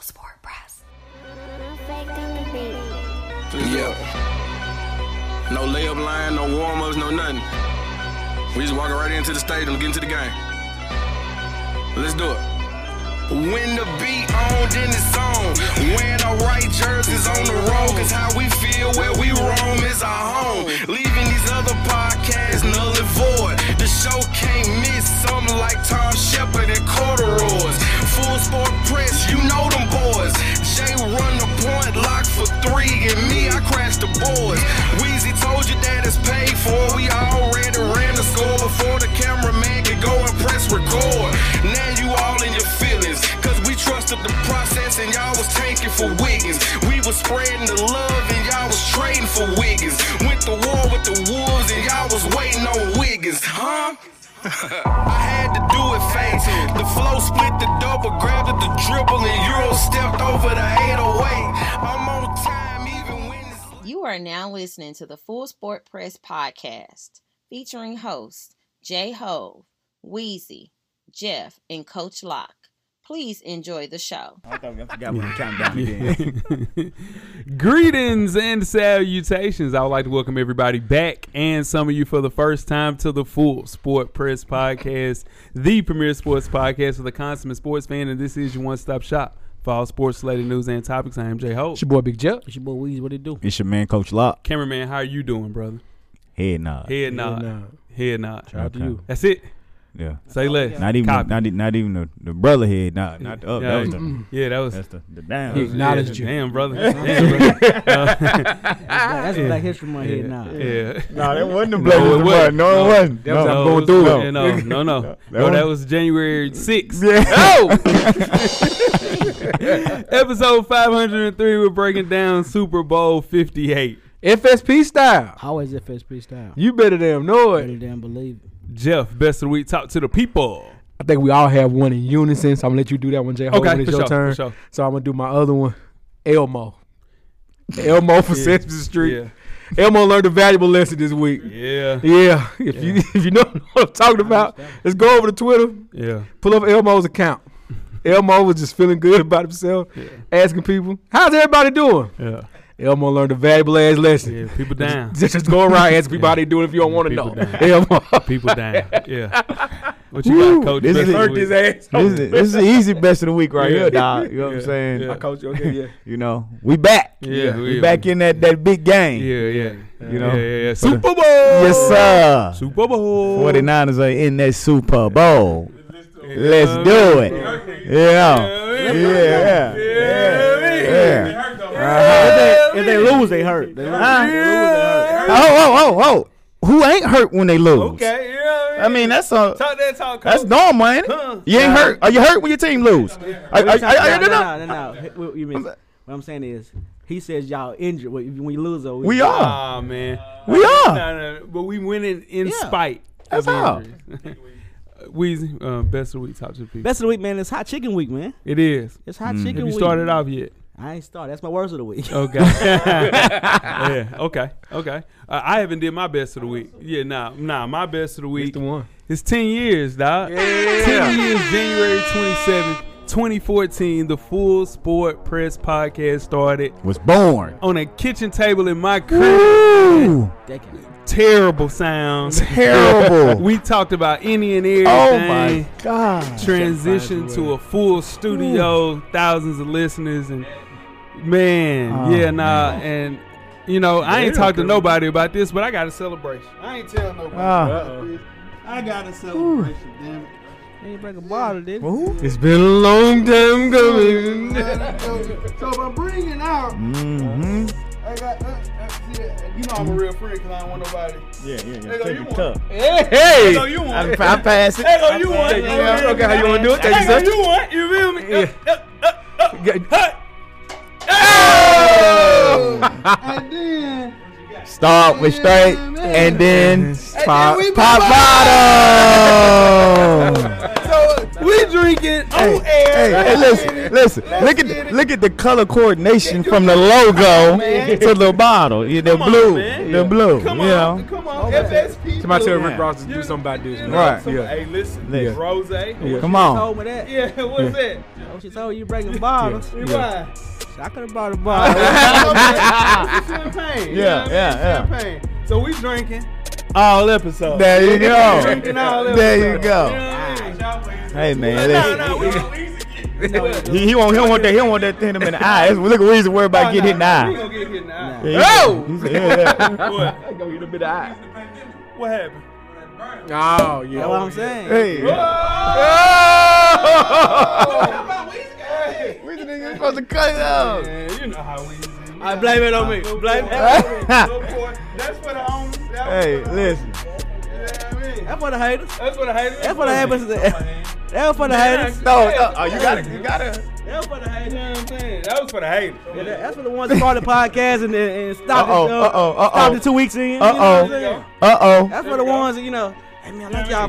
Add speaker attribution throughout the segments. Speaker 1: Sport Press.
Speaker 2: Yeah. No layup line, no warm ups, no nothing. We just walking right into the stadium, getting to the game. Let's do it. When the beat on, then it's on. When the right jerseys on the road, cause how we feel where we roam is our home. Leaving these other podcasts null and void. The show can't miss something like Tom Shepard and corduroys. Full sport press, you know them boys. Jay run the point, lock for three, and me, I crash the boards. Wheezy told you that it's paid for. We already ran the score before the cameraman could go and press record. Now you all in your feelings, cause we trusted the process and y'all was taking for Wiggins. We was spreading the love and y'all was trading for Wiggins. Went to war with the wolves and y'all was waiting on Wiggins, huh? I had to do it fast. The flow split the double, grabbed at the dribble, and Euro stepped over the 808. I'm on time, even when it's
Speaker 3: You are now listening to the Full Sport Press podcast featuring hosts Jay Hove, Wheezy, Jeff, and Coach Locke. Please enjoy the show.
Speaker 4: Greetings and salutations. I would like to welcome everybody back and some of you for the first time to the Full Sport Press Podcast, the premier sports podcast for the consummate sports fan. And this is your one stop shop for all sports related news and topics. I am Jay Hope.
Speaker 5: It's your boy Big Jeff.
Speaker 6: It's your boy Weezy. What it do?
Speaker 7: It's your man, Coach Lock.
Speaker 4: Cameraman, how are you doing, brother?
Speaker 7: Head nod.
Speaker 4: Head nod.
Speaker 5: nod.
Speaker 4: Head nod.
Speaker 5: Shout out to
Speaker 7: Okay.
Speaker 5: you.
Speaker 4: That's it.
Speaker 7: Yeah.
Speaker 4: Say less.
Speaker 7: Not even,
Speaker 4: Copy.
Speaker 7: not, e- not even the, the brother head nod. Not the up.
Speaker 4: Yeah,
Speaker 7: that was
Speaker 4: that
Speaker 7: the,
Speaker 4: yeah, that
Speaker 7: that's the,
Speaker 4: was.
Speaker 7: the down.
Speaker 5: He
Speaker 4: yeah,
Speaker 5: acknowledged you.
Speaker 4: Damn, brother. Damn, brother.
Speaker 6: That's Black History Month
Speaker 4: Yeah.
Speaker 6: here now.
Speaker 4: yeah.
Speaker 7: Nah, that wasn't the
Speaker 4: No, it wasn't.
Speaker 7: No, it wasn't.
Speaker 4: That was-
Speaker 7: No,
Speaker 4: no,
Speaker 7: I'm
Speaker 4: it
Speaker 7: going
Speaker 4: was-
Speaker 7: through
Speaker 4: no,
Speaker 7: it.
Speaker 4: No, um, no, no.
Speaker 7: That
Speaker 4: No, that
Speaker 7: one-
Speaker 4: was January 6th.
Speaker 7: Yeah.
Speaker 4: Episode 503, we're breaking down Super Bowl 58.
Speaker 5: FSP style.
Speaker 6: Always FSP style.
Speaker 5: You better damn know
Speaker 6: Better
Speaker 5: it.
Speaker 6: than believe it.
Speaker 4: Jeff, best of the week, talk to the people.
Speaker 5: I think we all have one in unison, so I'm gonna let you do that one, J. Ho,
Speaker 4: Okay,
Speaker 5: when it's
Speaker 4: for
Speaker 5: your
Speaker 4: sure,
Speaker 5: turn.
Speaker 4: for sure.
Speaker 5: So I'm gonna do my other one, Elmo. Elmo for Sesame Street. Elmo learned a valuable lesson this week.
Speaker 4: Yeah. Yeah.
Speaker 5: Yeah, if you if you know what I'm talking about, let's go over to Twitter.
Speaker 4: Yeah.
Speaker 5: Pull up Elmo's account. Elmo was just feeling good about himself, asking people, "How's everybody doing?"
Speaker 4: Yeah.
Speaker 5: Elmo learned a valuable ass lesson.
Speaker 4: Yeah. People down.
Speaker 5: Just, just go around asking people
Speaker 4: Yeah.
Speaker 5: how they doing if you don't want to
Speaker 4: People
Speaker 5: know.
Speaker 4: down.
Speaker 5: Elmo.
Speaker 4: People down. Yeah. What you got, coach?
Speaker 7: this is-
Speaker 4: Best of the
Speaker 7: hurt
Speaker 4: week.
Speaker 5: his ass.
Speaker 7: this, is, this is the easy best of the week right
Speaker 4: Yeah.
Speaker 7: here, dog. You know what I'm saying?
Speaker 4: Yeah.
Speaker 5: My coach, okay, yeah.
Speaker 7: You know, we back.
Speaker 4: Yeah,
Speaker 7: we
Speaker 4: yeah.
Speaker 7: back in that, that big game.
Speaker 4: Yeah, yeah.
Speaker 7: You know?
Speaker 4: Yeah, yeah, yeah. Super Bowl.
Speaker 7: Yes, sir.
Speaker 4: Super Bowl.
Speaker 7: 49ers are in that Super Bowl. Let's do it. Yeah. Yeah. Yeah.
Speaker 6: If they, if they lose, they hurt. They lose, they lose, they hurt.
Speaker 7: Oh, oh, oh, oh. Who ain't hurt when they lose?
Speaker 4: Okay. Yeah.
Speaker 7: I mean, that's a,
Speaker 4: talk that talk, coach.
Speaker 7: that's normal, ain't it?
Speaker 4: Huh.
Speaker 7: You ain't hurt. Are you hurt when your team lose? I, I, I, I, no,
Speaker 6: no,
Speaker 7: no.
Speaker 6: no, no, no. Hey, What you mean? What I'm saying is, he says y'all injured when when you lose. Though,
Speaker 7: We are.
Speaker 4: Ah, man.
Speaker 7: We are.
Speaker 4: No, no, but we winning in
Speaker 6: Yeah.
Speaker 4: spite.
Speaker 7: That's all.
Speaker 4: Weezy, uh, best of the week, talk to the people.
Speaker 6: Best of the week, man. It's hot chicken week, man.
Speaker 4: It is.
Speaker 6: It's hot chicken
Speaker 4: Have you
Speaker 6: week.
Speaker 4: started off Oh. yet?
Speaker 6: I ain't started. That's my words of the week.
Speaker 4: Okay. yeah. Okay. Okay. Uh, I haven't did my best of the week. Yeah. Nah. Nah. My best of the week.
Speaker 5: one.
Speaker 4: It's ten years, dog. Ten years. January twenty seventh, twenty fourteen. The Full Sport Press Podcast started
Speaker 7: Was born.
Speaker 4: on a kitchen table in my
Speaker 6: Oh.
Speaker 4: crib.
Speaker 7: Ooh,
Speaker 6: Decade.
Speaker 4: Terrible sounds.
Speaker 7: terrible.
Speaker 4: We talked about any and everything.
Speaker 7: Oh my God.
Speaker 4: transition to a full studio, thousands of listeners, and man,
Speaker 7: Oh,
Speaker 4: yeah, nah, and you know, I ain't talked to nobody about this, but I got a celebration.
Speaker 8: I ain't telling nobody.
Speaker 7: Ah.
Speaker 8: I got a celebration, damn it.
Speaker 6: Ain't break a bottle, did it?
Speaker 7: Ooh.
Speaker 5: It's been a long time coming.
Speaker 8: So if I'm bringing out,
Speaker 7: Mhm.
Speaker 8: I got, uh, uh, see, uh, you know I'm a real friend because I don't want nobody.
Speaker 7: Yeah, yeah,
Speaker 8: There go, you want.
Speaker 5: Hey,
Speaker 8: There go, you
Speaker 7: I, I
Speaker 8: want.
Speaker 7: pass it.
Speaker 4: There go, you want.
Speaker 5: Yeah, okay, how you wanna do it? Take
Speaker 4: There go,
Speaker 5: yourself.
Speaker 4: you want. You feel me?
Speaker 5: Yeah.
Speaker 8: And then,
Speaker 7: Start with straight and then
Speaker 8: then
Speaker 7: pop,
Speaker 8: we
Speaker 7: pop bottom.
Speaker 8: so we
Speaker 4: we drinking
Speaker 7: Hey,
Speaker 4: on air.
Speaker 7: hey, hey, listen, listen. Look at the, look at the color coordination from the logo to the bottle. Yeah, the
Speaker 4: Come on,
Speaker 7: blue,
Speaker 4: man.
Speaker 7: the blue. You know,
Speaker 8: Come on, FSP.
Speaker 5: Somebody tell Rick
Speaker 7: Yeah.
Speaker 5: Ross to do something about this. man.
Speaker 7: Right.
Speaker 5: Yeah.
Speaker 8: Hey, listen.
Speaker 7: Yeah.
Speaker 8: Rose.
Speaker 5: Yeah.
Speaker 7: come on.
Speaker 6: told me that. Yeah.
Speaker 8: Yeah, what's that?
Speaker 6: She told you bringing bottles.
Speaker 8: You
Speaker 5: Yeah.
Speaker 8: why?
Speaker 6: I could have brought a bottle.
Speaker 8: Okay, this is champagne. you
Speaker 7: Yeah,
Speaker 8: know what I'm
Speaker 7: yeah,
Speaker 8: saying?
Speaker 7: yeah.
Speaker 8: Champagne. So we drinking.
Speaker 4: All episodes.
Speaker 7: There you
Speaker 8: Drinking all
Speaker 7: go.
Speaker 8: that
Speaker 7: There you go.
Speaker 8: go.
Speaker 7: Hey man,
Speaker 8: No,
Speaker 7: listen.
Speaker 8: no, we don't
Speaker 7: He, he won't. He don't want that. He don't want that thing him in the eye. That's, look, we used to worry about getting hit in the
Speaker 8: We
Speaker 7: eye.
Speaker 8: gonna get hit in the eye.
Speaker 7: Yeah, he- he said, yeah, yeah.
Speaker 8: What?
Speaker 5: Go get a bit of eye.
Speaker 8: What happened?
Speaker 5: Oh yeah.
Speaker 6: That's what I'm saying.
Speaker 7: Hey.
Speaker 8: Hey,
Speaker 7: We didn't even supposed to cut it out.
Speaker 8: man, you know how we do.
Speaker 6: I blame it on me. Blame it.
Speaker 8: That's
Speaker 7: Ah.
Speaker 8: for the homies.
Speaker 7: Hey, listen.
Speaker 6: That's for the haters.
Speaker 8: That's what I hate.
Speaker 6: That's for the haters. That's for the haters.
Speaker 7: No, no. Oh, you gotta, you gotta.
Speaker 8: That's for the haters. You know what I'm saying? That was for the haters.
Speaker 6: Yeah, that- That's for the ones that started podcasts and, and stopped
Speaker 7: Uh-oh,
Speaker 6: it. uh,
Speaker 7: uh-oh, uh-oh.
Speaker 6: Stopped it two weeks in. You know what
Speaker 7: Uh-oh.
Speaker 6: I'm saying?
Speaker 7: Uh oh.
Speaker 6: That's for the ones that you know. Hey man, I like y'all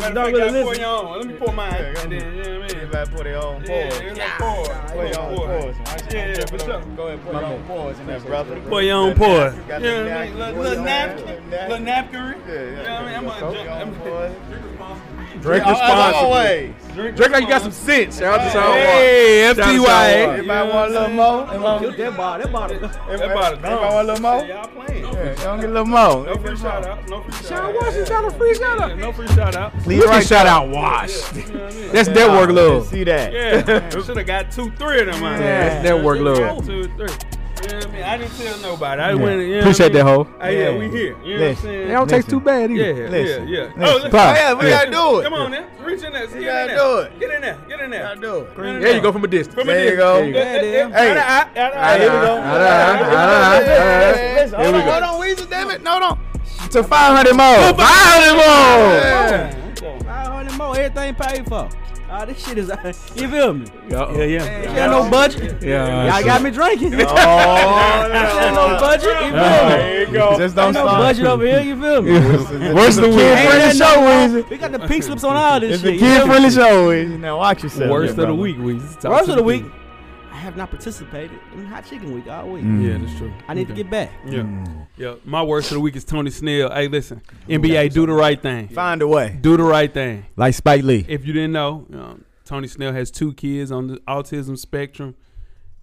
Speaker 8: Matter
Speaker 6: but
Speaker 8: of
Speaker 6: Don't
Speaker 8: fact, y'all pour
Speaker 6: really listen.
Speaker 8: your own. Let me pour mine. And then, you know what I mean?
Speaker 7: Everybody put their own
Speaker 8: Yeah, everybody pour. Pour your own pour. Yeah, yeah, for sure.
Speaker 7: Go ahead, put your own pause in there, brother.
Speaker 4: Put your own pause.
Speaker 7: Got
Speaker 8: You know
Speaker 7: the
Speaker 8: what I mean? Little- Little
Speaker 7: napkin, put your
Speaker 8: napkin.
Speaker 7: own
Speaker 8: Little napkin.
Speaker 7: Yeah,
Speaker 8: You know what I mean? I'm
Speaker 7: yeah. Go
Speaker 8: gonna
Speaker 7: your own
Speaker 8: jump.
Speaker 7: pause.
Speaker 5: Drink
Speaker 7: As
Speaker 5: responsibly.
Speaker 7: always.
Speaker 5: Drink like you got some sense. Shout out to Sean
Speaker 4: Hey,
Speaker 5: Shout out to Sean
Speaker 4: FTY.
Speaker 5: Ward.
Speaker 7: Everybody want a little more? Everybody
Speaker 6: Shoot that bottle. That bottle.
Speaker 7: everybody- everybody want a little more?
Speaker 8: Y'all playing.
Speaker 7: Yeah, Y'all get a little more.
Speaker 8: No free shout out. No free shout
Speaker 5: Sean
Speaker 8: out.
Speaker 5: Washington got a free shout out.
Speaker 8: No free shout out.
Speaker 7: Please
Speaker 5: Right
Speaker 7: write
Speaker 5: shout out Wash.
Speaker 8: You know what I mean?
Speaker 5: That's their workload.
Speaker 7: See that?
Speaker 8: Yeah, should have got two, three of them out there.
Speaker 5: That's their workload.
Speaker 8: Got Two, three. You know what I mean? I didn't tell nobody. I went. You know
Speaker 5: Appreciate that
Speaker 8: what I mean?
Speaker 5: hoe.
Speaker 8: Hey, yeah.
Speaker 7: Yeah.
Speaker 8: we here. You know what I'm
Speaker 7: Listen.
Speaker 5: It
Speaker 8: saying?
Speaker 5: don't taste too bad
Speaker 8: Yeah,
Speaker 5: either.
Speaker 8: yeah,
Speaker 7: Listen.
Speaker 8: yeah.
Speaker 7: Listen.
Speaker 8: Oh, listen.
Speaker 7: Pop. Yeah, we gotta do it.
Speaker 8: Come on now. Reach in there. Get in
Speaker 7: gotta
Speaker 8: there.
Speaker 7: do it.
Speaker 8: Get in there. Get in there.
Speaker 7: do it.
Speaker 8: Get in
Speaker 5: There you go from a distance.
Speaker 8: From a
Speaker 7: There you
Speaker 8: distance.
Speaker 7: go.
Speaker 8: Yeah, yeah,
Speaker 6: There you
Speaker 8: yeah.
Speaker 6: go.
Speaker 7: Hey.
Speaker 8: Outta eye, outta eye.
Speaker 7: All right,
Speaker 5: go.
Speaker 7: all right, all right, all right.
Speaker 8: Listen,
Speaker 7: Here we go.
Speaker 8: hold on,
Speaker 7: Weezy, damn it. No, no. To 500 more. 500 more.
Speaker 8: hold on. Hold on.
Speaker 6: 500 more. Everything paid for. Ah, this shit is. You feel me?
Speaker 4: Yeah, yeah.
Speaker 6: Ain't got no budget.
Speaker 5: Yeah.
Speaker 6: Y'all got me drinking. Ain't
Speaker 7: Oh,
Speaker 6: no budget. You feel me?
Speaker 7: There you go. Just don't
Speaker 6: Ain't no
Speaker 7: start.
Speaker 6: budget over here. You feel me?
Speaker 7: Where's the
Speaker 6: Ain't
Speaker 7: kid-friendly
Speaker 6: that
Speaker 7: show,
Speaker 6: no-
Speaker 7: Weezy?
Speaker 6: We got the pink slips on all this
Speaker 7: It's a
Speaker 6: shit. you feel me?
Speaker 7: kid-friendly show, Weezy. Now watch yourself.
Speaker 4: Worst
Speaker 7: Yeah,
Speaker 4: of the
Speaker 7: brother.
Speaker 4: week, Weezy. Talk
Speaker 6: Rest
Speaker 4: to
Speaker 6: of
Speaker 4: the
Speaker 6: the week, I have not participated in Hot Chicken Week all week.
Speaker 4: Yeah, that's true.
Speaker 6: I need to get back.
Speaker 4: Yeah. Yeah. My worst of the week is Tony Snell. Hey, listen, NBA, do the right thing.
Speaker 7: Find a way.
Speaker 4: Do the right thing.
Speaker 7: Like Spike Lee.
Speaker 4: If you didn't know, um, Tony Snell has two kids on the autism spectrum.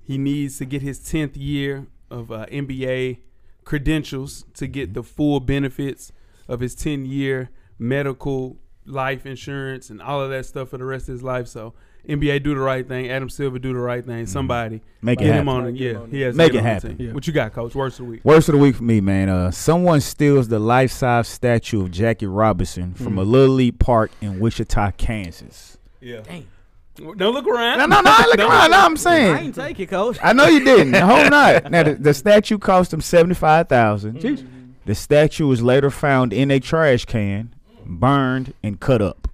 Speaker 4: He needs to get his 10th year of uh, NBA credentials to
Speaker 7: Mm-hmm.
Speaker 4: get the full benefits of his 10 year medical life insurance and all of that stuff for the rest of his life. So, NBA do the right thing. Adam Silver do the right thing. Somebody
Speaker 7: Mm-hmm. Make it
Speaker 4: get him
Speaker 7: happen.
Speaker 4: on it. Yeah, he has to
Speaker 7: Make it
Speaker 4: get on the
Speaker 7: happen.
Speaker 4: team. What you got, Coach? Worst of the week.
Speaker 7: Worst of the week for me, man. Uh, someone steals the life-size statue of Jackie Robinson from a Little League park in Wichita, Kansas.
Speaker 4: Yeah. Don't look around.
Speaker 7: No, no, no. Look
Speaker 4: Don't-
Speaker 7: around. No, I'm
Speaker 6: I
Speaker 7: saying.
Speaker 6: ain't take it, coach.
Speaker 7: I know you didn't. The whole night. Now the, the statue cost him seventy-five thousand. The statue was later found in a trash can, burned and cut up.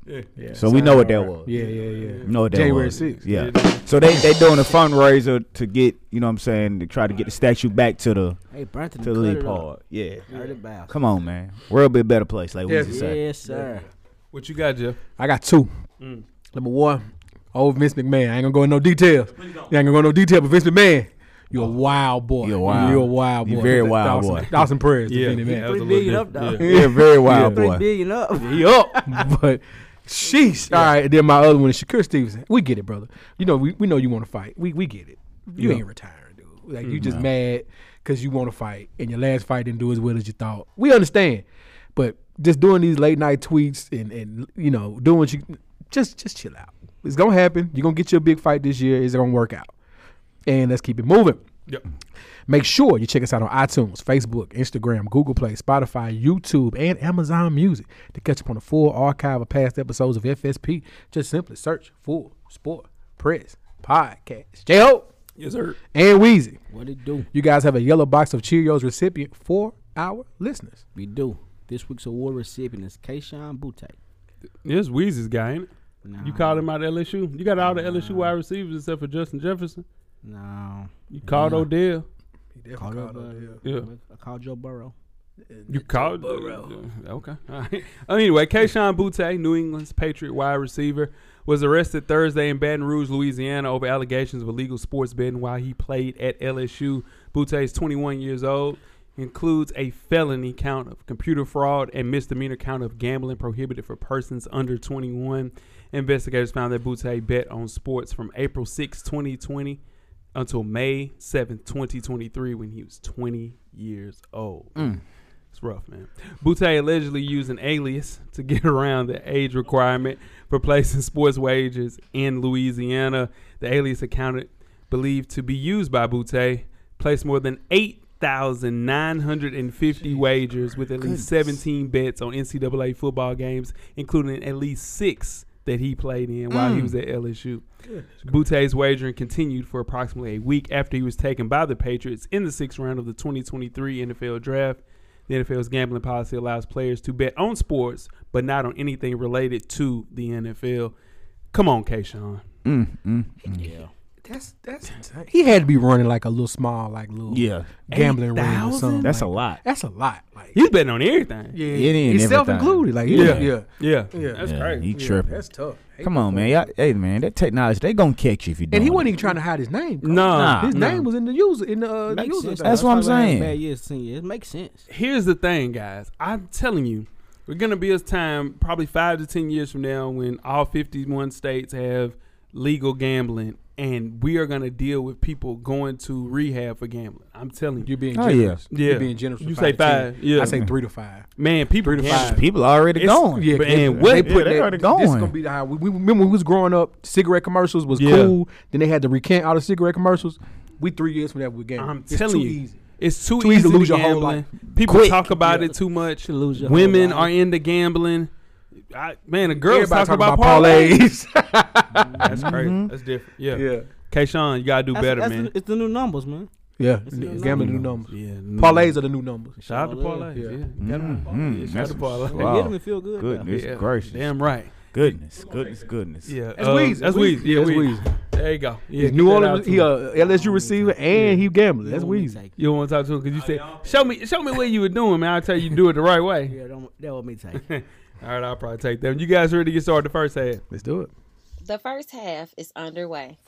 Speaker 7: So we know what that was.
Speaker 5: Yeah, yeah, yeah.
Speaker 7: You know what that
Speaker 5: January
Speaker 7: was.
Speaker 5: 6th.
Speaker 7: Yeah. So they they doing a fundraiser to get you know what I'm saying to try to get the statue back to the
Speaker 6: Hey, Brenton,
Speaker 7: to the lead part. Yeah.
Speaker 6: Yeah.
Speaker 7: Come on, man. World be a better place, like we used to say.
Speaker 6: Yes, sir.
Speaker 4: What you got, Jeff?
Speaker 5: I got two. Number one, old Vince McMahon. I ain't gonna go in no details. You ain't gonna go in no detail, but Vince McMahon, you're a wild boy.
Speaker 7: You're wild.
Speaker 5: You're a wild boy.
Speaker 7: You're very wild
Speaker 5: Dawson,
Speaker 7: boy.
Speaker 5: Dawson prayers to
Speaker 4: Yeah,
Speaker 5: Vinny
Speaker 4: that
Speaker 5: man.
Speaker 4: was a
Speaker 6: Three billion
Speaker 4: little
Speaker 6: up, dog.
Speaker 4: different.
Speaker 7: Yeah, very wild
Speaker 6: Three
Speaker 7: boy.
Speaker 6: billion up.
Speaker 5: He up, but sheesh. All right, then my other one is Shakur Stevenson. We get it, brother. You know we, we know you want to fight. We we get it. You ain't retiring, dude. Like you just mad because you want to fight, and your last fight didn't do as well as you thought. We understand, but just doing these late night tweets and and you know doing what you just just chill out. It's gonna happen. You're gonna get your big fight this year. It's gonna work out, and let's keep it moving.
Speaker 4: Yep.
Speaker 5: Make sure you check us out on iTunes, Facebook, Instagram, Google Play, Spotify, YouTube, and Amazon Music to catch up on the full archive of past episodes of FSP. Just simply search Full Sport Press Podcast. J Hope
Speaker 4: Yes, sir.
Speaker 5: and Wheezy.
Speaker 6: What it do?
Speaker 5: You guys have a yellow box of Cheerios recipient for our listeners.
Speaker 6: We do. This week's award recipient is Kayshawn Butte.
Speaker 4: It's Weezy's guy, ain't it? You called him out of LSU. You got all the LSU wide receivers except for Justin Jefferson.
Speaker 6: No.
Speaker 4: You called Odell.
Speaker 6: Called up, uh,
Speaker 4: Yeah.
Speaker 6: I called Joe Burrow.
Speaker 4: You called Okay. All right. Uh, Anyway, Kayshawn Butte, New England's Patriot wide receiver, was arrested Thursday in Baton Rouge, Louisiana, over allegations of illegal sports betting while he played at LSU. Butte is 21 years old. Includes a felony count of computer fraud and misdemeanor count of gambling prohibited for persons under 21. Investigators found that Butte bet on sports from April 6, 2020 until May 7, 2023, when he was 20 years old. It's rough, man. Butte allegedly used an alias to get around the age requirement for placing sports wagers in Louisiana. The alias accounted believed to be used by Butte placed more than 8,950 wagers with at least 17 bets on NCAA football games, including at least six that he played in while he was at LSU. Butte's wagering continued for approximately a week after he was taken by the Patriots in the sixth round of the 2023 NFL Draft. The NFL's gambling policy allows players to bet on sports, but not on anything related to the NFL. Come on, Kayshawn.
Speaker 5: That's that's insane. He had to be running like a little small, like little
Speaker 7: Yeah.
Speaker 5: gambling ring or
Speaker 4: 8,000?
Speaker 5: something.
Speaker 7: That's
Speaker 5: like-
Speaker 7: a lot.
Speaker 5: That's a lot. Like
Speaker 4: He's betting on everything.
Speaker 5: yeah,
Speaker 7: It ain't
Speaker 5: he's
Speaker 7: everything.
Speaker 5: self included. Like yeah, yeah,
Speaker 4: Yeah.
Speaker 7: That's crazy. He
Speaker 5: Yeah,
Speaker 7: tripping.
Speaker 5: That's tough. Hey,
Speaker 7: Come on, man. Y'all, hey, man. That technology, they gonna catch you if you don't.
Speaker 5: And he wasn't even trying to hide his name. bro.
Speaker 4: No.
Speaker 7: Nah.
Speaker 5: his
Speaker 4: no.
Speaker 5: name was in the user in the, uh, the
Speaker 6: Makes
Speaker 5: user.
Speaker 6: sense.
Speaker 5: thing.
Speaker 7: That's what I'm
Speaker 6: why I had
Speaker 7: saying.
Speaker 6: Bad years, senior. It makes sense.
Speaker 4: Here's the thing, guys. I'm telling you, we're gonna be a time probably five to ten years from now when all 51 states have legal gambling, and we are gonna deal with people going to rehab for gambling. I'm telling you,
Speaker 5: You're being
Speaker 7: Oh, yeah.
Speaker 5: generous.
Speaker 4: Yeah.
Speaker 5: You're being generous.
Speaker 4: You
Speaker 5: from
Speaker 4: say
Speaker 5: to ten.
Speaker 4: five, yeah.
Speaker 5: I say three to five.
Speaker 4: man, people
Speaker 5: Three to
Speaker 4: gambling.
Speaker 5: five.
Speaker 7: People already
Speaker 4: It's-
Speaker 7: gone.
Speaker 5: Yeah,
Speaker 4: But-
Speaker 5: cause
Speaker 4: and
Speaker 5: they-
Speaker 4: what-
Speaker 5: they
Speaker 7: Yeah,
Speaker 5: put
Speaker 7: they
Speaker 5: that,
Speaker 7: already
Speaker 5: This is
Speaker 7: going.
Speaker 5: gonna be the how we, we remember when we was growing up. Cigarette commercials was
Speaker 4: Yeah.
Speaker 5: cool. Then they had to recant all the cigarette commercials. We three years from that we game.
Speaker 4: I'm
Speaker 5: It's
Speaker 4: telling
Speaker 5: too
Speaker 4: you,
Speaker 5: easy.
Speaker 4: it's too,
Speaker 5: Too
Speaker 4: easy
Speaker 5: easy to
Speaker 4: to
Speaker 5: lose your
Speaker 4: gambling.
Speaker 5: whole life.
Speaker 4: People
Speaker 7: Quick.
Speaker 4: talk about
Speaker 6: Yeah.
Speaker 4: it too much.
Speaker 6: To lose your whole
Speaker 4: Women
Speaker 6: life.
Speaker 4: are into gambling. I, man, a girl
Speaker 5: Everybody
Speaker 4: was talking about, parlay.
Speaker 5: parlays.
Speaker 4: That's crazy. That's different. Yeah.
Speaker 5: Mm-hmm. yeah,
Speaker 4: Kayshawn, you gotta do
Speaker 6: That's-
Speaker 4: better,
Speaker 6: that's
Speaker 4: man.
Speaker 6: The, it's the new numbers, man.
Speaker 5: yeah.
Speaker 6: new
Speaker 5: Gambling new numbers.
Speaker 4: yeah.
Speaker 5: Parlays are the new numbers.
Speaker 4: Shout out to
Speaker 6: Parlay.
Speaker 4: parlays. Yeah.
Speaker 5: Yeah.
Speaker 4: Gotta-
Speaker 7: Mhm.
Speaker 4: yeah, shout
Speaker 7: That's
Speaker 4: out to parlays.
Speaker 6: They get them and feel good. about it.
Speaker 7: Goodness
Speaker 4: Yeah.
Speaker 7: gracious.
Speaker 4: Damn right.
Speaker 7: Goodness. Goodness. Goodness.
Speaker 4: Yeah.
Speaker 5: That's
Speaker 4: um,
Speaker 5: Weezy.
Speaker 4: That's
Speaker 5: Weezy.
Speaker 4: Weezy. Yeah,
Speaker 5: That's
Speaker 4: Weezy.
Speaker 5: Weezy.
Speaker 4: There you go. Yeah,
Speaker 5: He's
Speaker 4: get
Speaker 5: New
Speaker 4: that out
Speaker 5: Orleans,
Speaker 4: to
Speaker 5: he uh,
Speaker 4: him.
Speaker 5: a LSU receiver and he gambling. That's
Speaker 6: You don't want me
Speaker 5: Weezy.
Speaker 6: to take it.
Speaker 4: You want to talk to him because you said, "Show me, show me what you were doing, man." I'll tell you, do it the right way.
Speaker 6: Yeah, don't, that what me take. it.
Speaker 4: All right, I'll probably take that. You guys ready to get started? The first half.
Speaker 5: Let's do it.
Speaker 3: The first half is underway.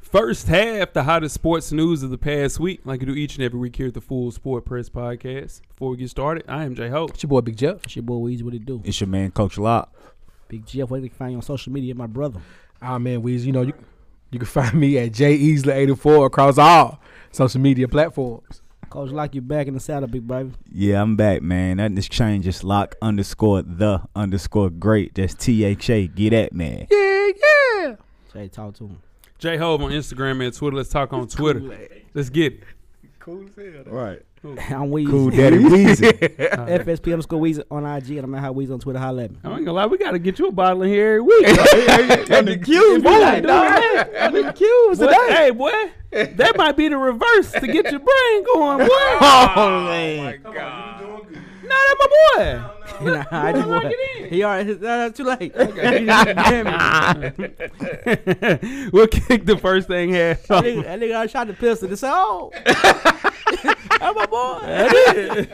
Speaker 4: First half, the hottest sports news of the past week, like we do each and every week here at the Full Sport Press Podcast. Before we get started, I am Jay Hope.
Speaker 5: It's your boy Big Jeff.
Speaker 6: It's your boy Weez. What it do?
Speaker 7: It's your man, Coach Locke.
Speaker 6: Big Jeff. Where they can find you on social media? My brother.
Speaker 5: Ah man, Weezy, you know you you can find me at J Easley84 across all social media platforms.
Speaker 6: Coach Lock, you back in the saddle, big baby.
Speaker 7: Yeah, I'm back, man. That just changed. Just Lock underscore the underscore great. That's T H A. Get at man.
Speaker 5: Yeah, yeah.
Speaker 6: Say, talk to him.
Speaker 4: Jay Hope on Instagram and Twitter. Let's talk on Twitter. Let's get it.
Speaker 7: Right.
Speaker 6: I'm Weez.
Speaker 7: Cool, Daddy Weezy.
Speaker 6: FSP underscore Weez on IG, and I'm at how Weez on Twitter. Holla at me.
Speaker 4: I ain't gonna lie, we gotta get you a bottle in here every week.
Speaker 7: and the cute
Speaker 4: Boy, Hey, boy, that might be the reverse to get your brain going, boy. Oh,
Speaker 7: man.
Speaker 4: no, that's my boy.
Speaker 6: nah, I just
Speaker 4: Lock
Speaker 6: want-
Speaker 4: it in.
Speaker 6: He already. Nah, that's too late. Damn it.
Speaker 4: we'll kick the first thing here.
Speaker 6: That nigga, that nigga I shot the pistol. They said, "Oh, that's my boy."
Speaker 4: That is.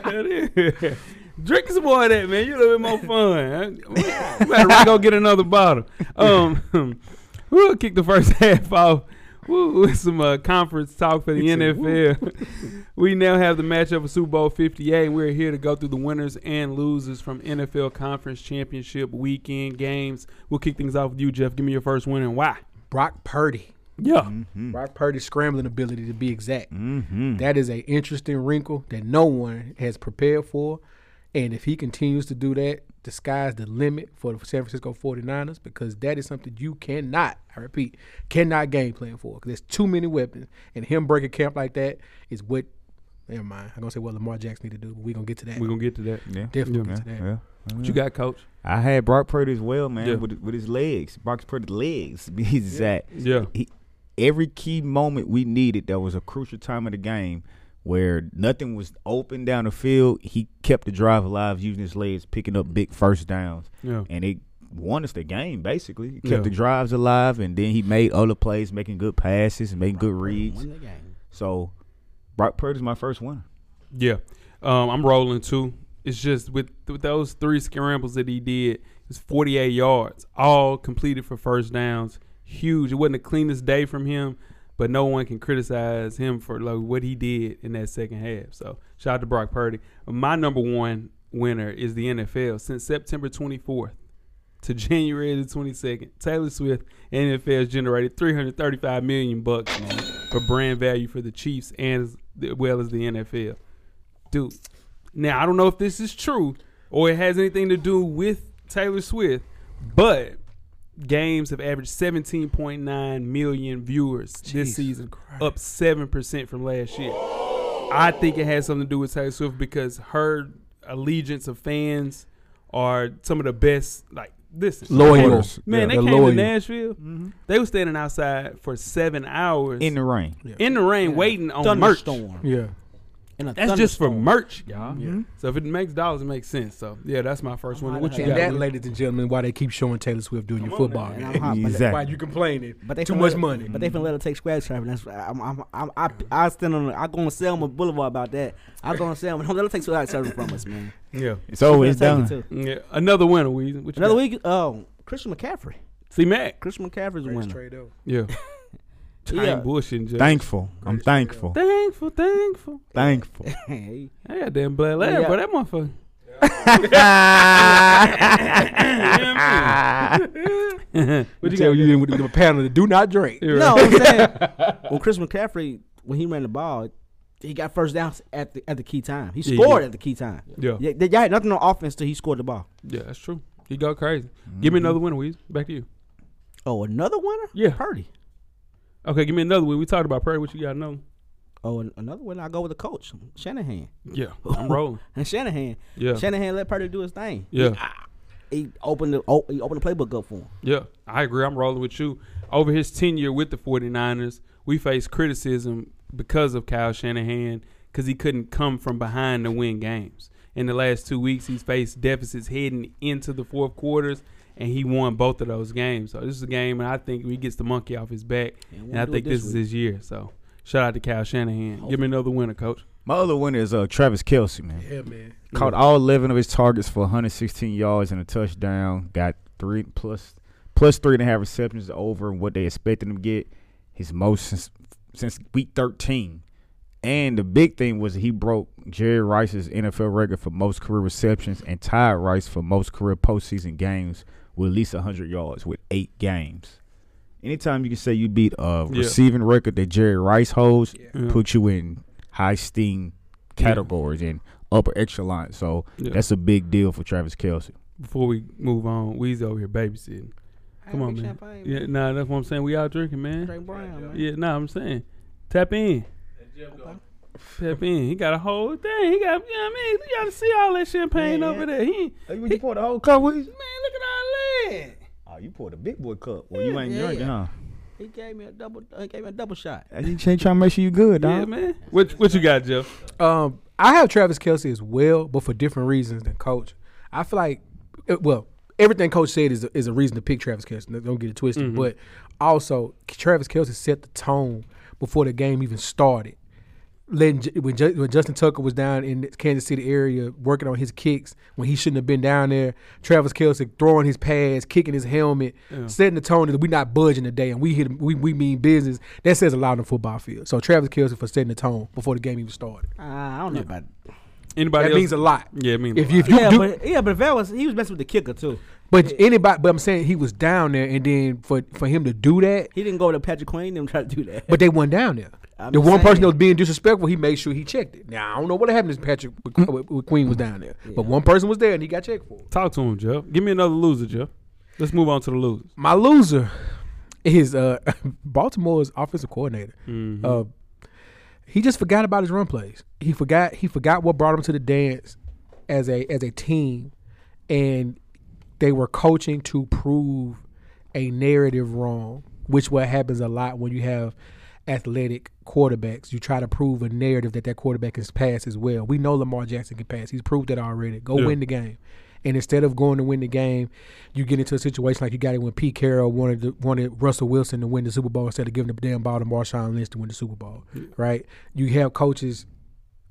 Speaker 4: That is. Drink some more of that, man. You a little bit more fun. We better go get another bottle. Um, we'll kick the first half off woo, with some uh, conference talk for the NFL. we now have the matchup of Super Bowl 58. We're here to go through the winners and losers from NFL Conference Championship weekend games. We'll kick things off with you, Jeff. Give me your first winner and why.
Speaker 5: Brock Purdy.
Speaker 4: Yeah.
Speaker 5: Brock Purdy's scrambling ability to be exact. That is an interesting wrinkle that no one has prepared for. And if he continues to do that, the sky's the limit for the San Francisco 49ers because that is something you cannot, I repeat, cannot game plan for because there's too many weapons. And him breaking camp like that is what, never mind. I'm going to say what Lamar Jackson need to do, but we're going to get to that.
Speaker 4: We're going to get to that.
Speaker 7: Yeah.
Speaker 5: Definitely
Speaker 7: Yeah.
Speaker 5: get to that.
Speaker 7: yeah.
Speaker 4: What you got, coach?
Speaker 7: I had Brock Purdy as well, man,
Speaker 4: Yeah.
Speaker 7: with with his legs. Brock Purdy's legs. to be exact.
Speaker 4: Yeah.
Speaker 7: He, every key moment we needed that was a crucial time of the game where nothing was open down the field. He kept the drive alive using his legs, picking up big first downs.
Speaker 4: Yeah.
Speaker 7: And it won us the game basically. He kept
Speaker 4: Yeah.
Speaker 7: the drives alive and then he made other plays, making good passes and making good reads.
Speaker 6: Win the game.
Speaker 7: So Brock Purdy's my first winner.
Speaker 4: Yeah, um, I'm rolling too. It's just with, with those three scrambles that he did, it's 48 yards, all completed for first downs. Huge. It wasn't the cleanest day from him, but no one can criticize him for like what he did in that second half. So shout out to Brock Purdy. My number one winner is the NFL since September 24th to January the 22nd. Taylor Swift and NFL's generated 335 million bucks for brand value for the Chiefs and as as well as the NFL. Dude, now I don't know if this is true or it has anything to do with Taylor Swift, but games have averaged 17.9 million viewers this season, up 7% from last year. I think it has something to do with Taylor Swift because her allegiance of fans are some of the best. Like, listen,
Speaker 5: Loyal.
Speaker 4: man, they
Speaker 5: Yeah, they're
Speaker 4: came
Speaker 5: loyal.
Speaker 4: to Nashville.
Speaker 6: Mm-hmm.
Speaker 4: They were standing outside for seven hours
Speaker 7: in the rain.
Speaker 4: in the rain, waiting on merch.
Speaker 6: thunderstorm.
Speaker 5: Yeah.
Speaker 6: And a
Speaker 4: That's just for
Speaker 6: thunderstorm.
Speaker 4: merch, y'all. So if it makes dollars, it makes sense. So yeah, that's my first one.
Speaker 6: outta
Speaker 4: What you
Speaker 6: here.
Speaker 5: And
Speaker 4: got?
Speaker 5: that,
Speaker 4: Lou?
Speaker 5: ladies and gentlemen, why they keep showing Taylor Swift doing your football
Speaker 6: And
Speaker 5: game.
Speaker 6: I'm hot, but-
Speaker 7: Exactly.
Speaker 5: Why you complaining?
Speaker 6: But they
Speaker 5: too
Speaker 6: finna
Speaker 5: much
Speaker 6: let-
Speaker 5: money.
Speaker 6: But they finna let her take scratch traffic. That's I'm, I'm, I'm, I, I stand on. I go on Selma Boulevard about that. I go on Selma. Don't let her take scratch traffic from us, man.
Speaker 4: Yeah.
Speaker 7: So
Speaker 6: She finna
Speaker 7: it's
Speaker 6: take it,
Speaker 7: done.
Speaker 6: too.
Speaker 4: yeah, another winner. Weezy. What you
Speaker 6: Another
Speaker 4: got?
Speaker 6: week. Oh, Christian McCaffrey.
Speaker 4: See Mac.
Speaker 6: Christian McCaffrey's a winner.
Speaker 4: Yeah. I
Speaker 6: Yeah.
Speaker 4: ain't bullshitting. Jay.
Speaker 7: Thankful. I'm thankful.
Speaker 4: thankful, thankful.
Speaker 7: Thankful.
Speaker 6: Hey,
Speaker 4: I got damn black lab,
Speaker 6: Yeah.
Speaker 4: bro. That motherfucker.
Speaker 5: What you tell you didn't give a panel to do not drink.
Speaker 4: You're
Speaker 6: no,
Speaker 4: right.
Speaker 6: I'm saying when Chris McCaffrey when he ran the ball, he got first downs at the at the key time. He
Speaker 4: Yeah,
Speaker 6: scored
Speaker 4: yeah.
Speaker 6: at the key time.
Speaker 4: Yeah. yeah,
Speaker 6: Yeah, they- y'all had nothing on offense till he scored the ball.
Speaker 4: that's true. He go crazy. Give me
Speaker 5: Mm-hmm.
Speaker 4: another winner, Weezy. Back to you.
Speaker 6: Oh, another winner?
Speaker 4: Yeah.
Speaker 6: Purdy.
Speaker 4: Okay, give me another one. We talked about Purdy. What you got? No.
Speaker 6: Oh, an- another winner. I go with the coach Shanahan.
Speaker 4: Yeah, I'm rolling.
Speaker 6: And Shanahan,
Speaker 4: Yeah.
Speaker 6: Shanahan let Purdy do his thing.
Speaker 4: Yeah.
Speaker 6: He opened the o- he opened the playbook up for him.
Speaker 4: Yeah, I agree. I'm rolling with you. Over his tenure with the 49ers, we faced criticism because of Kyle Shanahan because he couldn't come from behind to win games. In the last two weeks, he's faced deficits heading into the fourth quarters, and he won both of those games. So this is a game, and I think he gets the monkey off his back,
Speaker 6: And
Speaker 4: and,
Speaker 6: we'll
Speaker 4: I
Speaker 6: do it
Speaker 4: think
Speaker 6: this
Speaker 4: this, is his year. So shout out to Kyle Shanahan. Give me another winner, coach.
Speaker 7: My other winner is uh, Travis Kelsey, man.
Speaker 5: Yeah, man.
Speaker 7: Caught all 11 of his targets for 116 yards and a touchdown. Got three plus plus three and a half receptions over what they expected him to get. His most since since week 13. And the big thing was he broke Jerry Rice's NFL record for most career receptions and tied Rice for most career postseason games with at least 100 yards with eight games. Anytime you can say you beat a
Speaker 4: Yeah.
Speaker 7: receiving record that Jerry Rice holds,
Speaker 4: Yeah.
Speaker 7: put you in high steam categories and upper echelon. So
Speaker 4: Yeah.
Speaker 7: that's a big deal for Travis Kelsey.
Speaker 4: Before we move on, Weezy over here babysitting. Come on, man.
Speaker 6: champagne,
Speaker 4: Yeah, nah, that's what I'm saying. We out drinking, man.
Speaker 6: Drake Brown, man.
Speaker 4: Yeah, no, I'm saying tap in. Tap in. He got a whole thing. He got, you know what I mean? You got to see all that champagne
Speaker 7: Yeah.
Speaker 4: over there. He, man,
Speaker 7: you pour the whole cup with you?
Speaker 4: look at all that.
Speaker 7: Oh, you poured a big boy cup. Well, you ain't
Speaker 6: yeah,
Speaker 7: drinking, huh?
Speaker 6: He gave me a double. He gave me a double shot.
Speaker 7: You trying to make sure you good,
Speaker 4: Yeah,
Speaker 7: dog.
Speaker 4: man. What what you got, Joe?
Speaker 5: Um, I have Travis Kelsey as well, but for different reasons than Coach. I feel like, uh, well, everything Coach said is a, is a reason to pick Travis Kelsey. Don't get it twisted. But also, Travis Kelsey set the tone before the game even started. Letting, Ju- when, Ju- when Justin Tucker was down in the Kansas City area working on his kicks when he shouldn't have been down there, Travis Kelsey throwing his pads, kicking his helmet, setting the tone that we're not budging today and we hit we, we mean business. That says a lot on the football field. So Travis Kelsey for setting the tone before the game even started.
Speaker 6: Uh, I don't know about.
Speaker 4: Anybody
Speaker 5: That
Speaker 4: else?
Speaker 5: means a lot.
Speaker 4: Yeah, it means
Speaker 5: if
Speaker 4: a
Speaker 5: you,
Speaker 4: lot.
Speaker 5: if you
Speaker 6: yeah,
Speaker 5: do, but,
Speaker 6: but yeah, but if that was he was messing with the kicker too.
Speaker 5: anybody, but I'm saying he was down there, and then for for him to do that,
Speaker 6: He didn't go to Patrick Queen and try to do that.
Speaker 5: but they went down there.
Speaker 6: I'm
Speaker 5: the one
Speaker 6: saying-
Speaker 5: person that was being disrespectful, he made sure he checked it. Now I don't know what happened to Patrick when- when Queen was down there, but one person was there and he got checked for. it.
Speaker 4: Talk to him, Joe. Give me another loser, Joe. Let's move on to the losers.
Speaker 5: My loser is uh, Baltimore's offensive coordinator. Uh, he just forgot about his run plays. He forgot he forgot what brought him to the dance as a as a team, and they were coaching to prove a narrative wrong, which what happens a lot when you have athletic quarterbacks. You try to prove a narrative that that quarterback can pass as well. We know Lamar Jackson can pass. He's proved that already. Go win the game. And instead of going to win the game, you get into a situation like you got it when Pete Carroll wanted to, wanted Russell Wilson to win the Super Bowl instead of giving the damn ball to Marshawn Lynch to win the Super Bowl, right? You have coaches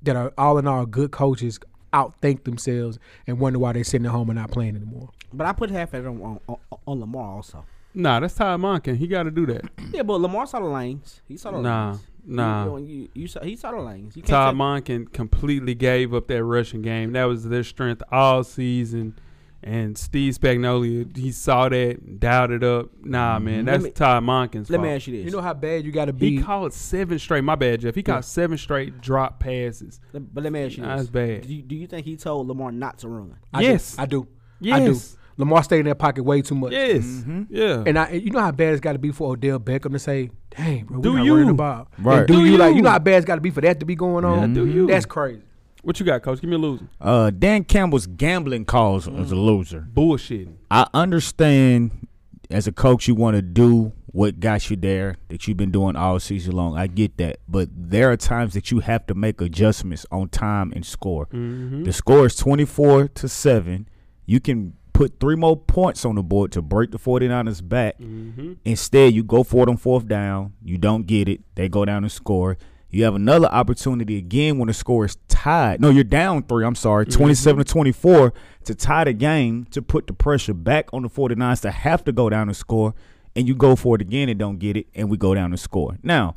Speaker 5: that are all in all good coaches outthink themselves and wonder why they're sitting at home and not playing anymore.
Speaker 6: But I put half at on, on, on Lamar also.
Speaker 4: Nah, that's Ty Monken. He got to do that.
Speaker 6: Yeah, but Lamar saw the lanes. He saw the
Speaker 4: Nah,
Speaker 6: lanes.
Speaker 4: nah.
Speaker 6: You, you, you saw, he saw the lanes. You can't
Speaker 4: Todd
Speaker 6: say-
Speaker 4: Monken completely gave up that rushing game. That was their strength all season. And Steve Spagnuolo, he saw that, and dialed it up. Nah, man,
Speaker 6: Let
Speaker 4: that's
Speaker 6: me-
Speaker 4: Todd Monken's
Speaker 6: Let
Speaker 4: fault.
Speaker 6: me ask you this.
Speaker 5: You know how bad you got to
Speaker 4: he
Speaker 5: be.
Speaker 4: called seven straight. My bad, Jeff. He caught seven straight drop passes.
Speaker 6: Let- but let me ask you
Speaker 4: Nah,
Speaker 6: this.
Speaker 4: it's bad.
Speaker 6: Do you, do you think he told Lamar not to run?
Speaker 5: I
Speaker 4: Yes.
Speaker 5: do. I do.
Speaker 4: Yes.
Speaker 5: I do. Lamar stayed in that pocket way too much. Mm-hmm.
Speaker 4: Yes, yeah.
Speaker 5: And I, and you know how bad it's got to be for Odell Beckham to say, "Dang, bro, we
Speaker 4: Do
Speaker 5: not
Speaker 4: you.
Speaker 5: running the ball." And
Speaker 7: Right.
Speaker 5: do,
Speaker 4: Do
Speaker 5: you, like you
Speaker 4: you.
Speaker 5: know how bad it's got to be for that to be going on?
Speaker 4: do you.
Speaker 5: That's crazy.
Speaker 4: what you got, Coach? Give me a loser.
Speaker 7: Uh, Dan Campbell's gambling calls
Speaker 4: Mm-hmm.
Speaker 7: was a loser.
Speaker 4: Bullshitting.
Speaker 7: I understand as a coach you want to do what got you there that you've been doing all season long. I get that. But there are times that you have to make adjustments on time and score. The score is 24 to 7. You can put three more points on the board to break the 49ers back. Instead, you go for it on fourth down. You don't get it. They go down and score. You have another opportunity again when the score is tied. No, you're down three. I'm sorry, 27 to 24 to tie the game to put the pressure back on the 49ers to have to go down and score. And you go for it again and don't get it, and we go down and score. Now,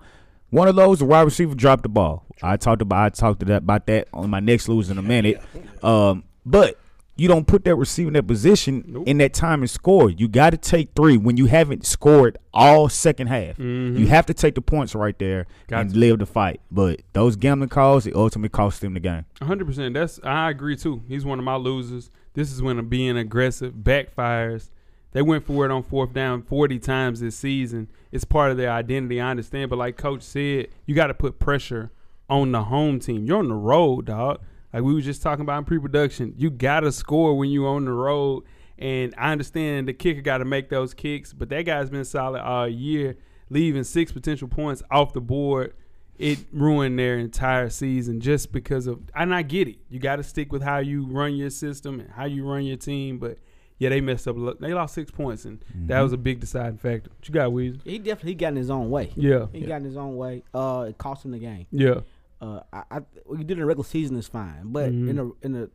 Speaker 7: one of those, the wide receiver dropped the ball. I talked about I talked to that about that on my next lose in a minute. Um, but you don't put that receiver in that position in that time and score. You got to take three when you haven't scored all second half. You have to take the points right there and
Speaker 4: Mm-hmm. Gotcha.
Speaker 7: live the fight. But those gambling calls, it ultimately cost them the game.
Speaker 4: 100%. That's I agree too. He's one of my losers. This is when being aggressive backfires. They went for it on fourth down 40 times this season. It's part of their identity. I understand, but like coach said, you got to put pressure on the home team. You're on the road, dog. Like we were just talking about in pre-production, you got to score when you're on the road. And I understand the kicker got to make those kicks, but that guy's been solid all year, leaving six potential points off the board it ruined their entire season just because of and I get it. You got to stick with how you run your system and how you run your team, but yeah, they messed up. a lot. They lost six points, and that
Speaker 7: Mm-hmm.
Speaker 4: was a big deciding factor. What you got, Weezy?
Speaker 6: He definitely he got in his own way.
Speaker 4: Yeah,
Speaker 6: He got in his own way. Uh, it cost him the game.
Speaker 4: yeah,
Speaker 6: Uh, I, I what you did in the regular season is fine, but in the in the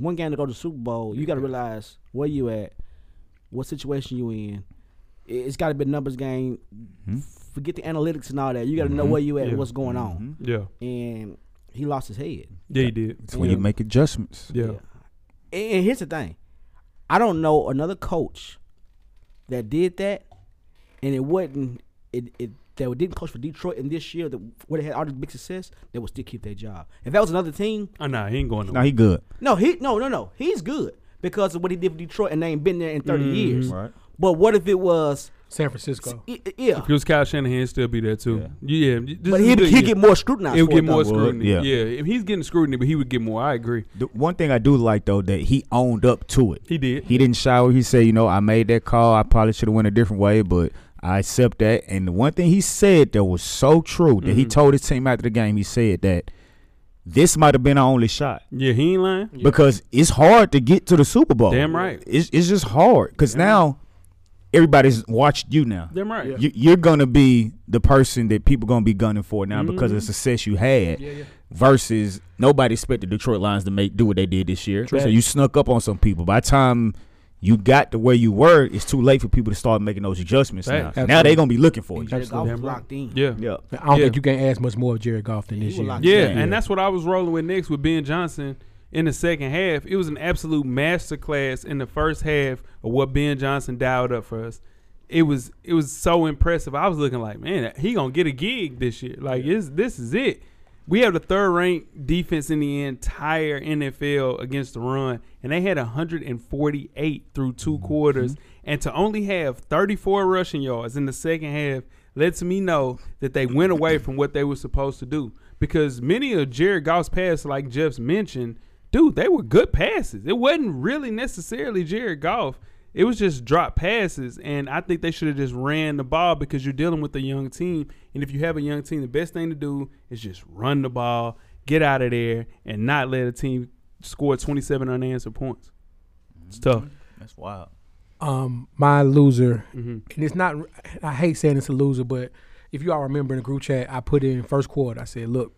Speaker 6: one game to go to the Super Bowl, you got to realize where you at, what situation you in. It- It's got to be a numbers game. Forget the analytics and all that. You got to know where you at,
Speaker 4: Yeah.
Speaker 6: and what's going on,
Speaker 4: yeah,
Speaker 6: and he lost his head.
Speaker 4: yeah. You did.
Speaker 7: It's when you make adjustments.
Speaker 4: Yeah,
Speaker 6: And, and here's the thing, I don't know another coach that did that, and it wasn't it it that didn't coach for Detroit in this year that where they had all this big success, they would still keep their job. If that was another team,
Speaker 4: oh, nah, he ain't going
Speaker 7: Now
Speaker 4: nowhere.
Speaker 7: he good.
Speaker 6: no, he no no no, he's good because of what he did for Detroit, and they ain't been there in
Speaker 4: Mm,
Speaker 6: 30 years.
Speaker 7: Right.
Speaker 6: But what if it was
Speaker 5: San Francisco.
Speaker 6: y- y- yeah?
Speaker 4: If it was Kyle Shanahan, he'd still be there too. Yeah, yeah
Speaker 6: But he he get more scrutinized.
Speaker 4: He'll
Speaker 6: for
Speaker 4: get
Speaker 6: it, though.
Speaker 4: more
Speaker 7: though.
Speaker 4: scrutiny.
Speaker 7: Yeah.
Speaker 4: Yeah. if he's getting scrutiny, but he would get more. I agree.
Speaker 7: The one thing I do like though that he owned up to it.
Speaker 4: He did.
Speaker 7: He didn't shower. He said, you know, I made that call. I probably should have went a different way, but I accept that. And the one thing he said that was so true that he
Speaker 4: Mm-hmm.
Speaker 7: told his team after the game, he said that this might have been our only shot.
Speaker 4: Yeah, he ain't lying.
Speaker 7: because it's hard to get to the Super Bowl.
Speaker 4: Damn right.
Speaker 7: It's, it's just hard because now everybody's watched you now.
Speaker 4: Damn right.
Speaker 7: You, you're gonna be the person that people gonna be gunning for now
Speaker 4: Mm-hmm.
Speaker 7: because of the success you had. Versus nobody expected Detroit Lions to make do what they did this year. So you snuck up on some people. By the time you got to where you were, it's too late for people to start making those adjustments. Now.
Speaker 4: Facts.
Speaker 7: now they're gonna be looking for you.
Speaker 6: Jared Goff
Speaker 5: Absolutely.
Speaker 6: was locked in.
Speaker 4: Yeah.
Speaker 7: Yeah.
Speaker 5: I don't
Speaker 4: Yeah.
Speaker 5: think you can ask much more of Jared Goff than this
Speaker 6: he was
Speaker 5: year.
Speaker 6: locked
Speaker 4: Yeah,
Speaker 7: Yeah.
Speaker 4: and that's what I was rolling with next with Ben Johnson in the second half. It was an absolute masterclass in the first half of what Ben Johnson dialed up for us. It was it was so impressive. I was looking like, man, he gonna get a gig this year. Like, is this is it? We have the third ranked defense in the entire NFL against the run, and they had 148 through two quarters, and to only have 34 rushing yards in the second half lets me know that they went away from what they were supposed to do. Because many of Jared Goff's passes, like Jeff's mentioned, dude, they were good passes. It wasn't really necessarily Jared Goff. It was just drop passes, and I think they should have just ran the ball because you're dealing with a young team, and if you have a young team, the best thing to do is just run the ball, get out of there, and not let a team score 27 unanswered points. It's tough.
Speaker 7: That's wild.
Speaker 5: um, my loser,
Speaker 4: Mm-hmm.
Speaker 5: and it's not. I hate saying it's a loser, but if you all remember in the group chat, I put in first quarter. I said, "Look,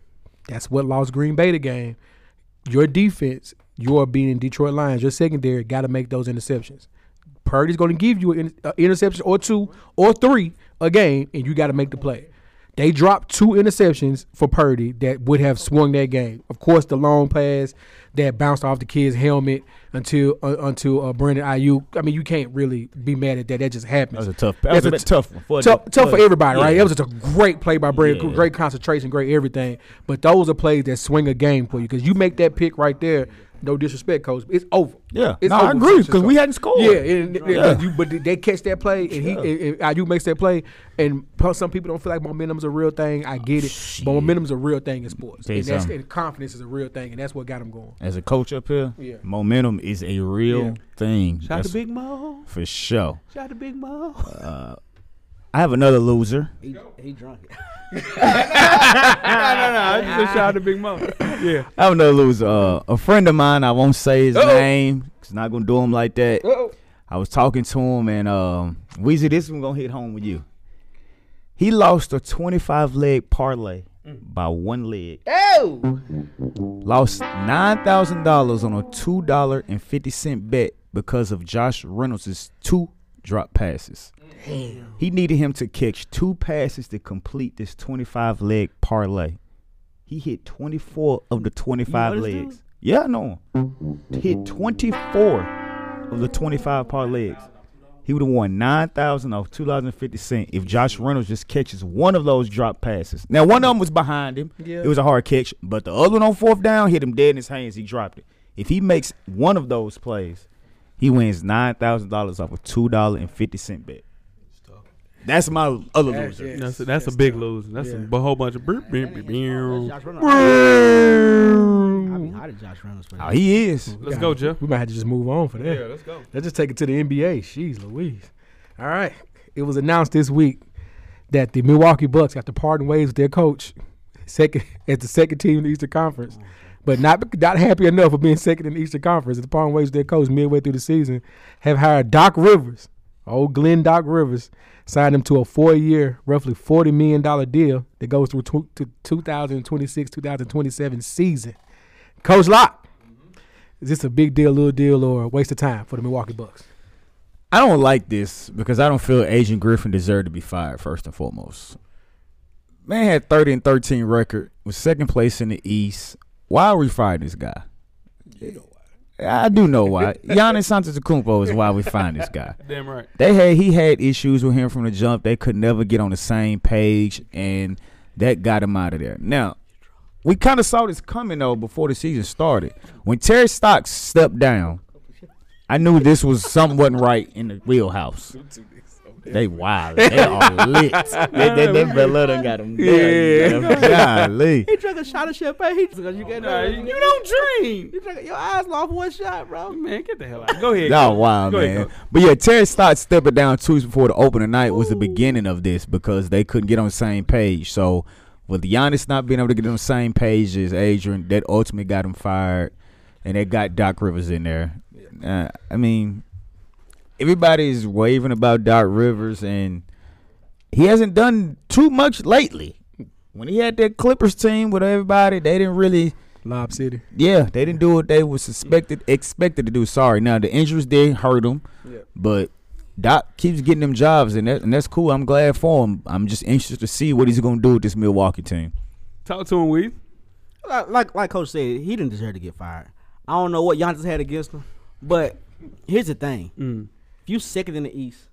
Speaker 5: That's what lost Green Bay the game. Your defense, your being Detroit Lions, your secondary got to make those interceptions. Purdy's going to give you an uh, interception or two or three a game, and you got to make the play. They dropped two interceptions for Purdy that would have swung that game. Of course, the long pass that bounced off the kid's helmet until uh, until uh, Brandon Ayuk. I mean, you can't really be mad at that. That just happens.
Speaker 1: That was a tough. That was a
Speaker 5: That's
Speaker 1: bit tough one. For
Speaker 5: tough,
Speaker 1: the-
Speaker 5: tough for everybody, right?
Speaker 1: Yeah.
Speaker 5: It was just a great play by Brandon,
Speaker 1: Yeah.
Speaker 5: great concentration, great everything. But those are plays that swing a game for you because you make that pick right there. No disrespect, coach. It's over.
Speaker 1: Yeah.
Speaker 5: it's
Speaker 1: No, I agree,
Speaker 5: since it's
Speaker 1: 'cause we
Speaker 5: over.
Speaker 1: hadn't scored.
Speaker 5: Yeah, and, and-
Speaker 1: Yeah.
Speaker 5: you- but they catch that play, and he and, and Ayuk makes that play. And plus, some people don't feel like momentum's a real thing. I get it, but momentum's a real thing in sports,
Speaker 7: Tell you
Speaker 5: and, that's,
Speaker 7: something.
Speaker 5: and confidence is a real thing, and that's what got him going.
Speaker 7: As a coach up here,
Speaker 5: Yeah.
Speaker 7: momentum is a real
Speaker 5: Yeah.
Speaker 7: thing.
Speaker 6: Shout to
Speaker 7: That's
Speaker 6: Big Mo.
Speaker 7: for sure. Uh,
Speaker 6: Shout to Big Mo.
Speaker 7: I have another loser.
Speaker 6: He, he drunk.
Speaker 4: I just a shout out to Big Mo. Yeah.
Speaker 7: I have another loser. Uh, a friend of mine, I won't say his name. It's not gonna do him like that. I was talking to him, and um, Weezy, this one gonna hit home with you. He lost a 25 leg parlay
Speaker 6: Mm.
Speaker 7: by one leg. Oh! Lost nine thousand dollars on a two dollar and fifty cent bet because of Josh Reynolds' two drop passes. Damn. He needed him to catch two passes to complete this 25 leg parlay. He hit 24 of the 25
Speaker 6: this dude?
Speaker 7: legs. Yeah, I know him. Hit 24 of the 25 parlays. He would have won nine thousand off two dollars and fifty cent if Josh Reynolds just catches one of those drop passes. Now one of them was behind him. It was a hard catch, but the other one on fourth down hit him dead in his hands. He dropped it. If he makes one of those plays, he wins nine thousand dollars off a two dollar and fifty cent bet. That's my other loser.
Speaker 4: That's a, that's a big loser. That's a whole bunch of burp, burp, burp, burp.
Speaker 6: Josh Reynolds. I be hot at Josh Reynolds. but-
Speaker 7: Oh, he is.
Speaker 4: Let's go, Jeff.
Speaker 5: We might have to just move on for that.
Speaker 4: let's go.
Speaker 5: Let's just take it to the NBA. Jeez Louise. All right. It was announced this week that the Milwaukee Bucks have to parting ways with their coach, second as the second team in the Eastern Conference. But not not happy enough with being second in the Eastern Conference. The parting ways with their coach midway through the season have hired Doc Rivers, old Glenn Doc Rivers, signed him to a four year, roughly forty million dollar deal that goes through tw- to 2026, 2027 season. Coach Locke, is this a big deal, little deal, or a waste of time for the Milwaukee Bucks?
Speaker 7: I don't like this because I don't feel Agent Griffin deserved to be fired first and foremost. Man had thirty and thirteen record, was second place in the East. Why are we firing this guy? I do know why. Giannis Antetokounmpo is why we find this guy.
Speaker 4: Damn right.
Speaker 7: They had he had issues with him from the jump. They could never get on the same page, and that got him out of there. Now, we kind of saw this coming though before the season started. When Terry Stocks stepped down, I knew this was something wasn't right in the wheelhouse. They wild. They all lit. they, they, they Bella done got them. Yeah. Golly.
Speaker 6: He drank a shot of champagne. He drank, you, get
Speaker 4: Nah, you, you don't drink.
Speaker 6: you drank, your eyes lost one shot, bro.
Speaker 4: Man, get the hell out. Go ahead.
Speaker 7: Y'all wild,
Speaker 4: Go ahead,
Speaker 7: man.
Speaker 4: Coach.
Speaker 7: But yeah, Terry Stott stepping down two weeks before the opening night was the beginning of this because they couldn't get on the same page. So with Giannis not being able to get on the same page as Adrian, that ultimately got him fired, and they got Doc Rivers in there. Uh, I mean, everybody's waving about Doc Rivers, and he hasn't done too much lately. When he had that Clippers team with everybody, they didn't really.
Speaker 5: Lob City.
Speaker 7: Yeah, they didn't do what they was suspected expected to do. Sorry, now the injuries did hurt them, but Doc keeps getting them jobs, and that, and that's cool. I'm glad for him. I'm just anxious to see what he's gonna do with this Milwaukee team.
Speaker 4: Talk to him, Weed.
Speaker 6: Like, like like Coach said, he didn't deserve to get fired. I don't know what Giannis had against him, but here's the thing:
Speaker 4: Mm.
Speaker 6: if you second in the East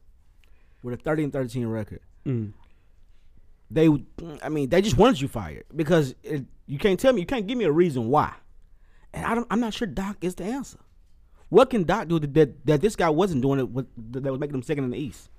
Speaker 6: with a 30 and 13 record,
Speaker 4: Mm.
Speaker 6: they, would- I mean, they just wanted you fired because it, you can't tell me, you can't give me a reason why, and I don't, I'm not sure Doc is the answer. What can Doc do that that, that this guy wasn't doing it with, that was making him second in the East?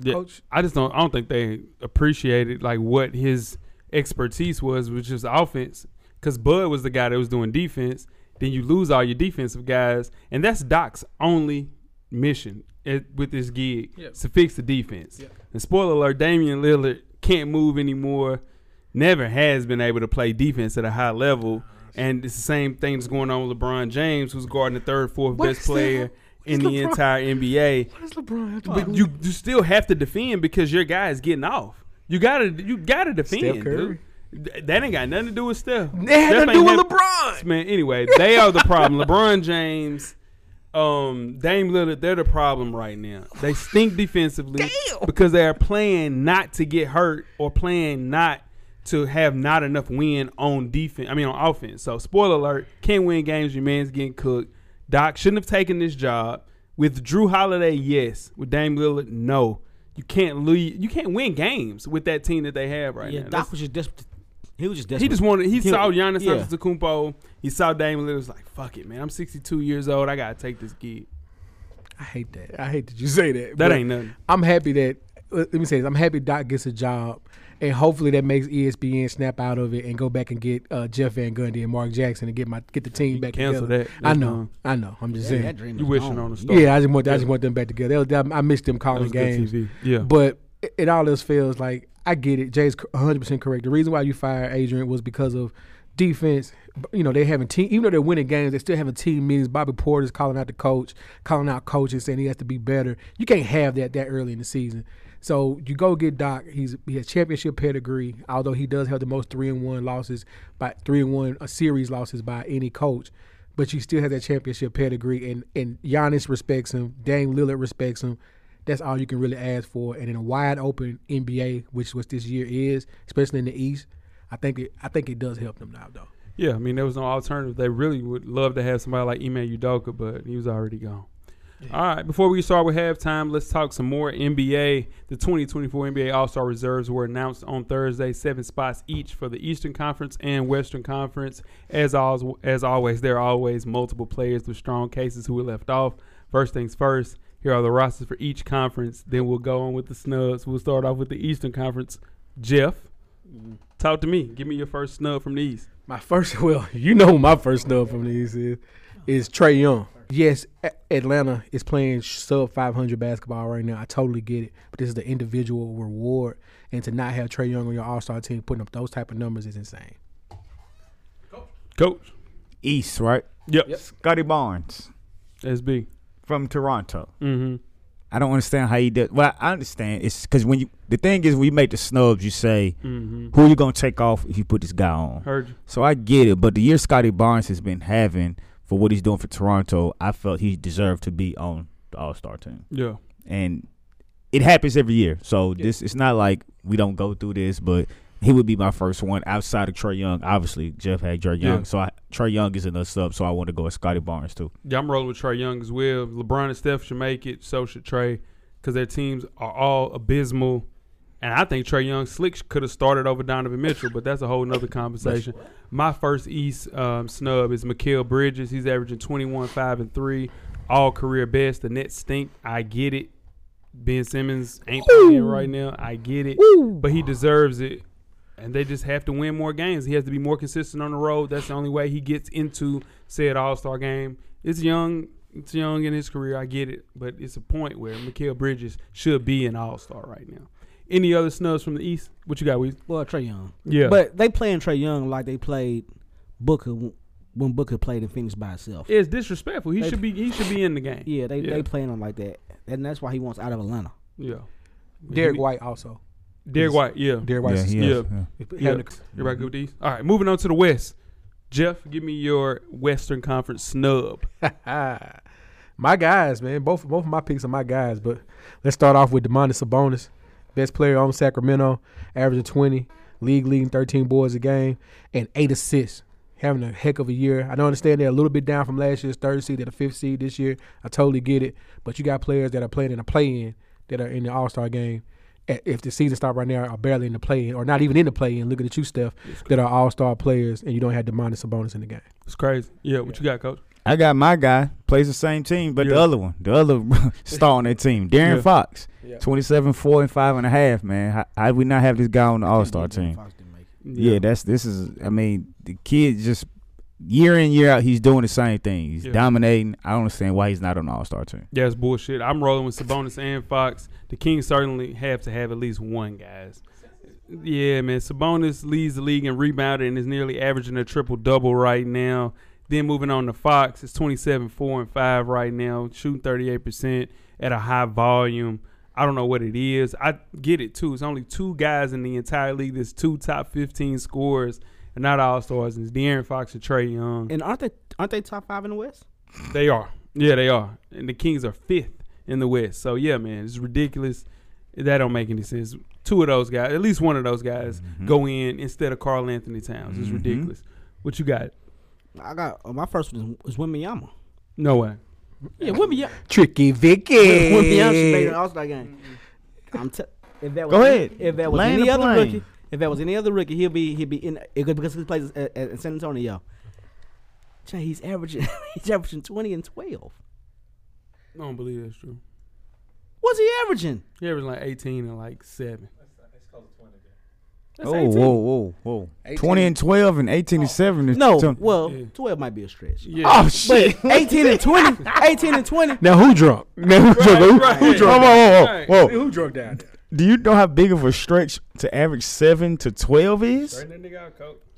Speaker 4: Yeah.
Speaker 5: Coach-
Speaker 4: I just don't. I don't think they appreciated like what his expertise was, which is offense. Because Bud was the guy that was doing defense. Then you lose all your defensive guys, and that's Doc's only mission at, with this gig is to fix the defense. And spoiler alert: Damian Lillard can't move anymore. Never has been able to play defense at a high level. And it's the same thing that's going on with LeBron James, who's guarding the third, fourth
Speaker 5: What
Speaker 4: best
Speaker 5: is that?
Speaker 4: player
Speaker 5: What is
Speaker 4: in the
Speaker 5: LeBron?
Speaker 4: entire NBA
Speaker 5: What is LeBron?
Speaker 4: but you, you still have to defend because your guy is getting off. You gotta you gotta defend.
Speaker 5: Steph Curry.
Speaker 4: dude. Th- That ain't got nothing to do with Steph.
Speaker 5: It had
Speaker 4: Steph
Speaker 5: to do
Speaker 4: ain't
Speaker 5: with
Speaker 4: never-
Speaker 5: LeBron.
Speaker 4: Man, anyway, they are the problem. LeBron James, um, Dame Lillard, they're the problem right now. They stink defensively because they are playing not to get hurt or playing not to have not enough win on defense. I mean, on offense. So, spoiler alert: can't win games. Your man's getting cooked. Doc shouldn't have taken this job with Drew Holiday. Yes, with Dame Lillard, no. You can't lead, You can't win games with that team that they have right
Speaker 6: yeah,
Speaker 4: now. That's-
Speaker 6: Doc was just desperate. He was just desperate.
Speaker 4: he just wanted. He
Speaker 6: Yeah.
Speaker 4: saw Giannis
Speaker 6: Yeah.
Speaker 4: Antetokounmpo. He saw Dame Lillard. Was like, "Fuck it, man. I'm 62 years old. I gotta take this gig."
Speaker 5: I hate that. I hate that you say that.
Speaker 4: That
Speaker 5: but
Speaker 4: ain't nothing.
Speaker 5: I'm happy that let me say this. I'm happy Doc gets a job, and hopefully that makes E ESPN snap out of it and go back and get uh, Jeff Van Gundy and Mark Jackson and get my get the team back
Speaker 4: cancel
Speaker 5: together.
Speaker 4: that.
Speaker 5: I
Speaker 4: That's
Speaker 5: know.
Speaker 4: gone.
Speaker 5: I know. I'm just
Speaker 6: Yeah,
Speaker 5: saying.
Speaker 6: that dream
Speaker 4: You
Speaker 6: is
Speaker 4: wishing
Speaker 6: gone.
Speaker 4: on a star.
Speaker 5: Yeah, I just want I just want them back together. They was- I missed them
Speaker 4: That
Speaker 5: calling
Speaker 4: was good
Speaker 5: games.
Speaker 4: TV. Yeah,
Speaker 5: But it, it all just feels like I get it. Jay's 100 percent correct. The reason why you fired Adrian was because of defense. You know they having team, even though they're winning games, they still having team meetings. Bobby Porter's calling out the coach, calling out coaches, saying he has to be better. You can't have that that early in the season. So you go get Doc. He's he has championship pedigree, although he does have the most three and one losses by three and one uh, series losses by any coach but you still have that championship pedigree, and and Giannis respects him. Dame Lillard respects him. That's all you can really ask for. And in a wide open NBA, which is what this year is, especially in the East, I think it I think it does help them now though.
Speaker 4: yeah. I mean, there was no alternative. They really would love to have somebody like Ime Udoka, but he was already gone. All right. Before we start with halftime, let's talk some more NBA. The 2024 NBA All Star reserves were announced on Thursday. Seven spots each for the Eastern Conference and Western Conference. As always, as always, there are always multiple players with strong cases who were left off. First things first. Here are the rosters for each conference. Then we'll go on with the snubs. We'll start off with the Eastern Conference. Jeff, talk to me. Give me your first snub from the East.
Speaker 5: My first, well, you know who my first snub from the East is, is Trey Young. Yes, A- Atlanta is playing sub 500 basketball right now. I totally get it, but this is the individual reward, and to not have Trey Young on your All Star team putting up those type of numbers is insane.
Speaker 4: Coach.
Speaker 7: East, right?
Speaker 4: Yep.
Speaker 7: Scotty Barnes
Speaker 4: SB.
Speaker 7: from Toronto.
Speaker 4: Mm-hmm.
Speaker 7: I don't understand how he does. Well, I understand. It's because when you the thing is when you make the snubs, you say
Speaker 4: Mm-hmm.
Speaker 7: who are you gonna take off if you put this guy on.
Speaker 4: Heard you.
Speaker 7: So I get it, but the year Scotty Barnes has been having for what he's doing for Toronto, I felt he deserved to be on the All Star team,
Speaker 4: Yeah.
Speaker 7: and it happens every year. So this it's not like we don't go through this, but he would be my first one outside of Trey Young. Obviously, Jeff had Trey Young,
Speaker 4: Yeah.
Speaker 7: so I, Trey Young is in the sub, so I want to go with Scotty Barnes too.
Speaker 4: Yeah, I'm rolling with Trey Young as well. LeBron and Steph should make it. So should Trey, because their teams are all abysmal. And I think Trey Young slick could have started over Donovan Mitchell, but that's a whole nother conversation. My first East um, snub is Mikael Bridges. He's averaging 21, 5, and 3, all career best. The Nets stink. I get it. Ben Simmons ain't playing right now. I get it. But he deserves it. And they just have to win more games. He has to be more consistent on the road. That's the only way he gets into said All Star game. It's young. It's young in his career. I get it. But it's a point where Mikael Bridges should be an All Star right now. Any other snubs from the East? What you got, Weez?
Speaker 6: Well, Trey Young.
Speaker 4: Yeah.
Speaker 6: But they playing Trey Young like they played Booker w- when Booker played in Phoenix by himself.
Speaker 4: It's disrespectful. He
Speaker 6: They-
Speaker 4: should be. He should be in the game.
Speaker 6: Yeah, they
Speaker 4: Yeah.
Speaker 6: they playing him like that, and that's why he wants out of Atlanta.
Speaker 4: Yeah.
Speaker 5: Derek White also.
Speaker 4: Derek White. Yeah.
Speaker 5: Derek White.
Speaker 7: he
Speaker 4: Yeah.
Speaker 7: is, yeah.
Speaker 4: Yeah. Everybody good with these? All right, moving on to the West. Jeff, give me your Western Conference snub.
Speaker 5: my guys, man. Both both of my picks are my guys, but let's start off with Demonis Sabonis, best player on Sacramento, averaging twenty, league leading thirteen boards a game, and eight assists. Having a heck of a year. I don't understand they're a little bit down from last year's third seed to the fifth seed this year. I totally get it, but you got players that are playing in a play-in that are in the All Star game. a- If the season start right now, are barely in the play-in or not even in the play-in. Looking at you, Steph, that are All Star players, and you don't have Demonis Sabonis in the game.
Speaker 4: It's crazy. Yeah, what you got, Coach?
Speaker 7: I got my guy plays the same team, but the
Speaker 4: Yeah.
Speaker 7: other one, the other star on that team, Darren
Speaker 4: Yeah.
Speaker 7: Fox, twenty-seven, four, and five and a half. Man, how, how we not have this guy on the All Star team?
Speaker 6: Fox didn't make it.
Speaker 7: Yeah. that's this is. I mean, the kid just year in year out, he's doing the same thing. He's
Speaker 4: Yeah.
Speaker 7: dominating. I don't understand why he's not on the All Star team.
Speaker 4: That's bullshit. I'm rolling with Sabonis and Fox. The Kings certainly have to have at least one, guys. Yeah, man. Sabonis leads the league in rebounding and is nearly averaging a triple double right now. Then moving on to Fox, it's 27, 4, and 5 right now, shooting 38% at a high volume. I don't know what it is. I get it too. It's only two guys in the entire league. There's two top 15 scorers, and not all stars. And it's De'Aaron Fox and Trey Young.
Speaker 6: And aren't they aren't they top five in the West?
Speaker 4: They are. Yeah, they are. And the Kings are fifth in the West. So yeah, man, it's ridiculous. That don't make any sense. Two of those guys, at least one of those guys,
Speaker 7: Mm-hmm.
Speaker 4: go in instead of Carl Anthony Towns. It's ridiculous. What you got?
Speaker 6: I got uh, my first one is, is Wembanyama.
Speaker 4: No way.
Speaker 6: Yeah, Wembanyama.
Speaker 5: Tricky Vicky.
Speaker 6: Wembanyama should made an All Star game. I'm t- if that was
Speaker 7: Go ahead.
Speaker 6: If that was
Speaker 7: Land
Speaker 6: any
Speaker 7: the
Speaker 6: other
Speaker 7: plane.
Speaker 6: rookie, if that was any other rookie, he'll be he'll be in it, could- because he plays at, at, at San Antonio. Jay, he's averaging he's averaging twenty and twelve.
Speaker 4: I don't believe that's true.
Speaker 6: What's he averaging?
Speaker 4: He averaged like 18 and like seven.
Speaker 6: That's
Speaker 7: Oh,
Speaker 6: 18.
Speaker 7: whoa, whoa, whoa. 20 and 12 and 18
Speaker 4: Oh.
Speaker 7: and 7 is
Speaker 6: No,
Speaker 7: some-
Speaker 6: well,
Speaker 4: Yeah.
Speaker 6: twelve might be a stretch.
Speaker 4: Yeah.
Speaker 5: Oh shit.
Speaker 6: 18 and 20. 18 and 20.
Speaker 5: Now who drunk? Now who drunk? Who, who drunk?
Speaker 7: Whoa, whoa,
Speaker 4: Right.
Speaker 7: whoa, whoa.
Speaker 5: Who drunk down there?
Speaker 7: Do you know how big of a stretch to average 7 to 12 is?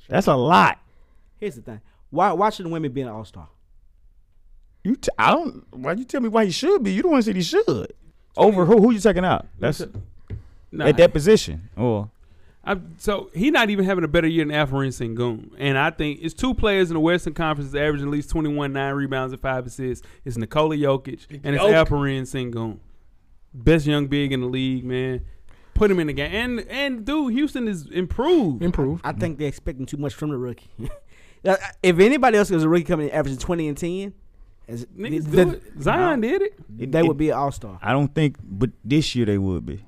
Speaker 7: That's a lot.
Speaker 6: Here's the thing. Why why shouldn't women be an all star?
Speaker 7: You t- I don't why you tell me why he should be. You the one said he should. Over who who you taking out? That's
Speaker 4: Nah.
Speaker 7: at that position. Or
Speaker 4: I'm, so he not even having a better year than Alpharin Sengun. And I think it's two players in the Western Conference that's averaging at least 21, 9 rebounds and 5 assists. It's Nikola Jokic and it's Alpharin Sengun. Best young big in the league, man. Put him in the game. And and dude, Houston is improved.
Speaker 5: Improved.
Speaker 6: I think they're expecting too much from the rookie. Now, if anybody else was a rookie coming in averaging 20 and 10, as-
Speaker 4: Niggas do
Speaker 6: the- the-
Speaker 4: it. Zion did it.
Speaker 6: they would be an all star.
Speaker 7: I don't think but this year they would be.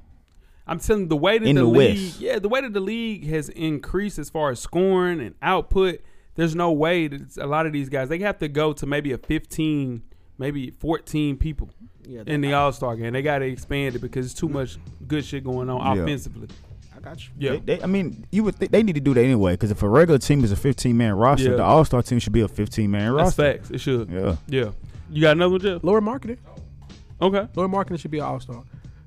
Speaker 4: I'm telling you, the way that
Speaker 7: In
Speaker 4: the,
Speaker 7: the
Speaker 4: league,
Speaker 7: West.
Speaker 4: yeah, the way that the league has increased as far as scoring and output, there's no way that it's- a lot of these guys they have to go to maybe a 15, maybe 14 people
Speaker 6: Yeah,
Speaker 4: in the All Star game. They got to expand it because it's too much good shit going on
Speaker 7: Yeah.
Speaker 4: offensively.
Speaker 6: I got you.
Speaker 4: Yeah,
Speaker 7: They, they, I mean, you would think they need to do that anyway. Because if a regular team is a 15 man roster,
Speaker 4: Yeah.
Speaker 7: the All Star team should be a 15 man
Speaker 4: that's
Speaker 7: roster.
Speaker 4: facts. It should. Yeah.
Speaker 7: Yeah.
Speaker 4: you got another one, Jeff?
Speaker 5: Laura marketing.
Speaker 4: Okay,
Speaker 5: Laurie Marketing should be an all star.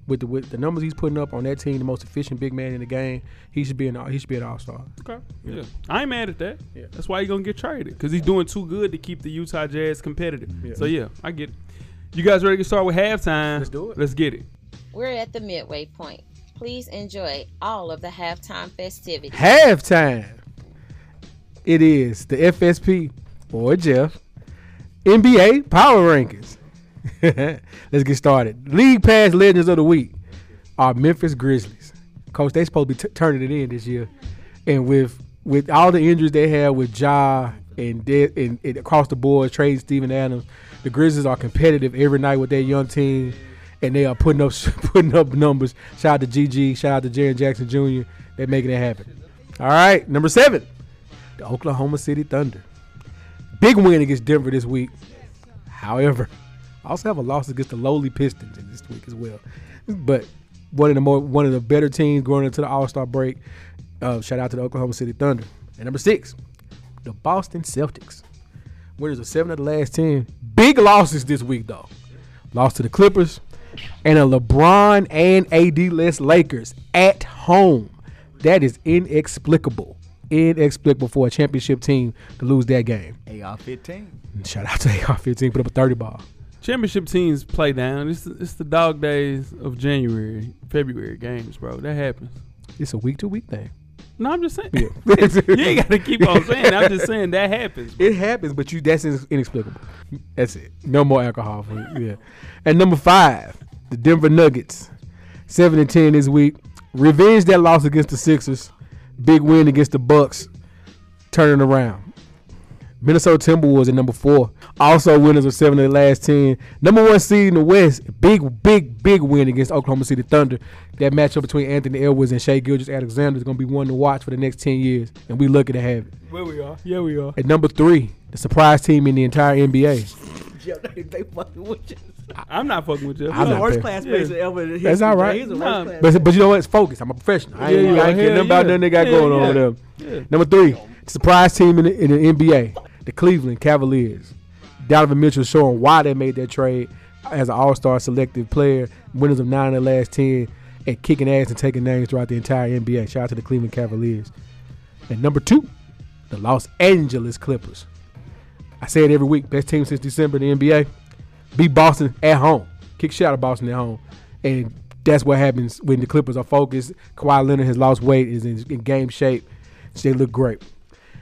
Speaker 5: With the with the numbers he's putting up on that team, the most efficient big man in the game, he should be an all- he should be an all star.
Speaker 4: okay, yeah. I ain't mad at that.
Speaker 5: Yeah.
Speaker 4: That's why he gonna get traded because he's doing too good to keep the Utah Jazz competitive. So yeah, I get it. You guys ready to start with halftime?
Speaker 5: Let's do it.
Speaker 4: Let's get it.
Speaker 3: We're at the midway point. Please enjoy all of the halftime festivities.
Speaker 5: Halftime. It is the FSP or Jeff NBA Power Rankings. Let's get started. League Pass Legends of the Week are uh, Memphis Grizzlies. Coach, they supposed to be t- turning it in this year, and with with all the injuries they had with Ja and, De- and and across the board, trading Steven Adams, the Grizzlies are competitive every night with their young team, and they are putting up putting up numbers. Shout out to GG, shout out to Jaron Jackson Jr. They're making it happen. All right, number seven, the Oklahoma City Thunder. Big win against Denver this week. However, I also have a loss against the lowly Pistons in this week as well. But one of the more one of the better teams going into the All Star break. Uh, shout out to the Oklahoma City Thunder. And number six, the Boston Celtics. Winners of seven of the last ten. Big losses this week though. Lost to the Clippers and a LeBron and AD less Lakers at home. That is inexplicable. Inexplicable for a championship team to lose that game.
Speaker 7: AR 15.
Speaker 5: Shout out to AR 15, put up a 30 ball.
Speaker 4: Championship teams play down. It's it's the dog days of January, February games, bro. That happens.
Speaker 5: It's a week to week thing.
Speaker 4: No, I'm just saying. you ain't got to keep on saying. I'm just saying that happens.
Speaker 5: It happens, but you that's in- inexplicable. That's it. No more alcohol for you. Yeah. And number five, the Denver Nuggets. Seven and ten this week. Revenge that loss against the Sixers. Big win against the Bucks. Turning around. Minnesota Timberwolves at number four. Also winners of seven of the last ten. Number one seed in the West. Big, big, big win against Oklahoma City Thunder. That matchup between Anthony Edwards and Shea Gilgis Alexander is gonna be one to watch for the next ten years. And we lucky to have it.
Speaker 4: Where we are? Yeah, we are.
Speaker 5: At number three, the surprise team in the entire NBA.
Speaker 6: Yeah, they, they fucking with you.
Speaker 4: I'm not fucking with you.
Speaker 5: I'm
Speaker 6: The
Speaker 5: not
Speaker 6: worst
Speaker 5: fair.
Speaker 6: classmates
Speaker 4: Yeah.
Speaker 6: ever. in history,
Speaker 5: That's all
Speaker 6: Jay.
Speaker 5: right.
Speaker 6: He's the
Speaker 4: Nah,
Speaker 6: worst class-
Speaker 5: But, but you know what? It's focus. I'm a professional. I ain't,
Speaker 4: Yeah,
Speaker 5: I ain't
Speaker 4: yeah,
Speaker 5: kidding about
Speaker 4: yeah.
Speaker 5: nothing they got
Speaker 4: Yeah,
Speaker 5: going on
Speaker 4: yeah.
Speaker 5: over there.
Speaker 4: Yeah.
Speaker 5: Number three, the surprise team in the, in the NBA, the Cleveland Cavaliers. Donovan Mitchell showing why they made that trade as an all star selected player, winners of nine of the last 10, and kicking ass and taking names throughout the entire NBA. Shout out to the Cleveland Cavaliers. And number two, the Los Angeles Clippers. I say it every week. Best team since December in the NBA. Beat Boston at home. Kick shit out of Boston at home. And That's what happens when the Clippers are focused. Kawhi Leonard has lost weight, is in, in game shape. So they look great.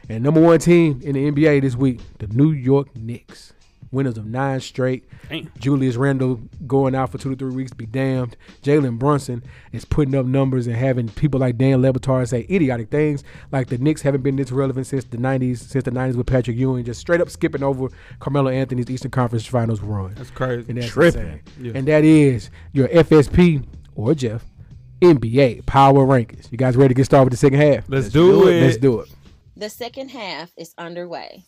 Speaker 5: And number one team in the NBA this week, the New York Knicks. Winners of nine straight.
Speaker 4: Damn.
Speaker 5: Julius Randle going out for two to three weeks, be damned. Jalen Brunson is putting up numbers and having people like Dan Lebatard say idiotic things. Like the Knicks haven't been this relevant since the '90s, since the '90s with Patrick Ewing, just straight up skipping over Carmelo Anthony's Eastern Conference Finals run.
Speaker 4: That's crazy.
Speaker 5: And that's
Speaker 7: Tripping.
Speaker 5: insane.
Speaker 4: Yeah.
Speaker 5: And that is your FSP or Jeff NBA Power Rankings. You guys ready to get started with the second half?
Speaker 4: Let's, do, it.
Speaker 5: Let's do it.
Speaker 3: The second half is underway.